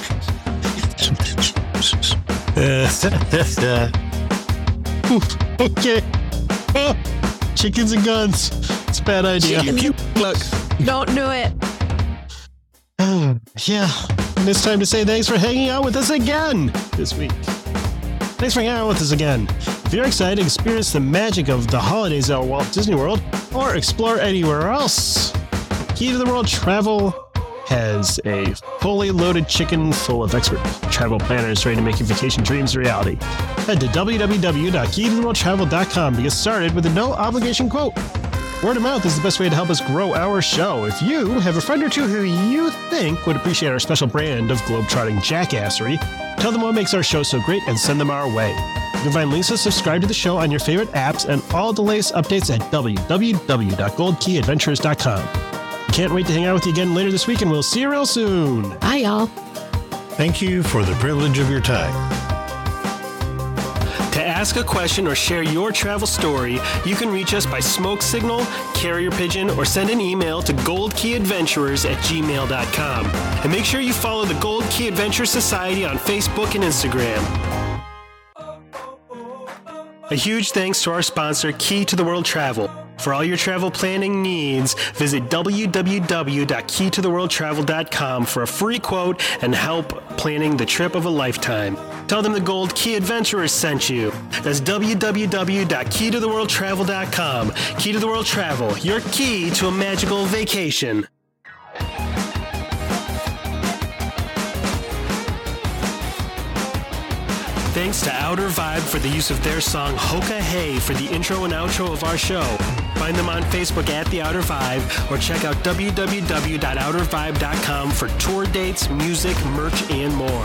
C: Uh,
A: okay. Oh, chickens and guns. It's a bad idea.
E: Look,
D: don't do it.
A: Oh, yeah. And it's time to say thanks for hanging out with us again this week. Thanks for hanging out with us again. If you're excited to experience the magic of the holidays at Walt Disney World or explore anywhere else, Key to the World Travel has a fully loaded chicken full of expert travel planners ready to make your vacation dreams a reality. Head to www.keytotheworldtravel.com to get started with a no obligation quote. Word of mouth is the best way to help us grow our show. If you have a friend or two who you think would appreciate our special brand of globetrotting jackassery, tell them what makes our show so great and send them our way. You can find links to subscribe to the show on your favorite apps and all the latest updates at www.goldkeyadventures.com. Can't wait to hang out with you again later this week, and we'll see you real soon.
D: Bye, y'all.
C: thank you for the privilege of your time.
F: To ask a question or share your travel story, you can reach us by smoke signal, carrier pigeon, or send an email to goldkeyadventurers at gmail.com. And make sure you follow the Gold Key Adventure Society on Facebook and Instagram. A huge thanks to our sponsor, Key to the World Travel. For all your travel planning needs, visit www.keytotheworldtravel.com for a free quote and help planning the trip of a lifetime. Tell them the Gold Key Adventurers sent you. That's www.keytotheworldtravel.com. Key to the World Travel, your key to a magical vacation. Thanks to Outer Vibe for the use of their song Hoka Hey for the intro and outro of our show. Find them on Facebook at The Outer Vibe or check out www.outervibe.com for tour dates, music, merch, and more.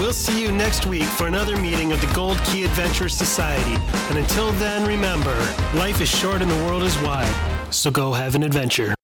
F: We'll see you next week for another meeting of the Gold Key Adventure Society. And until then, remember life is short and the world is wide. So go have an adventure.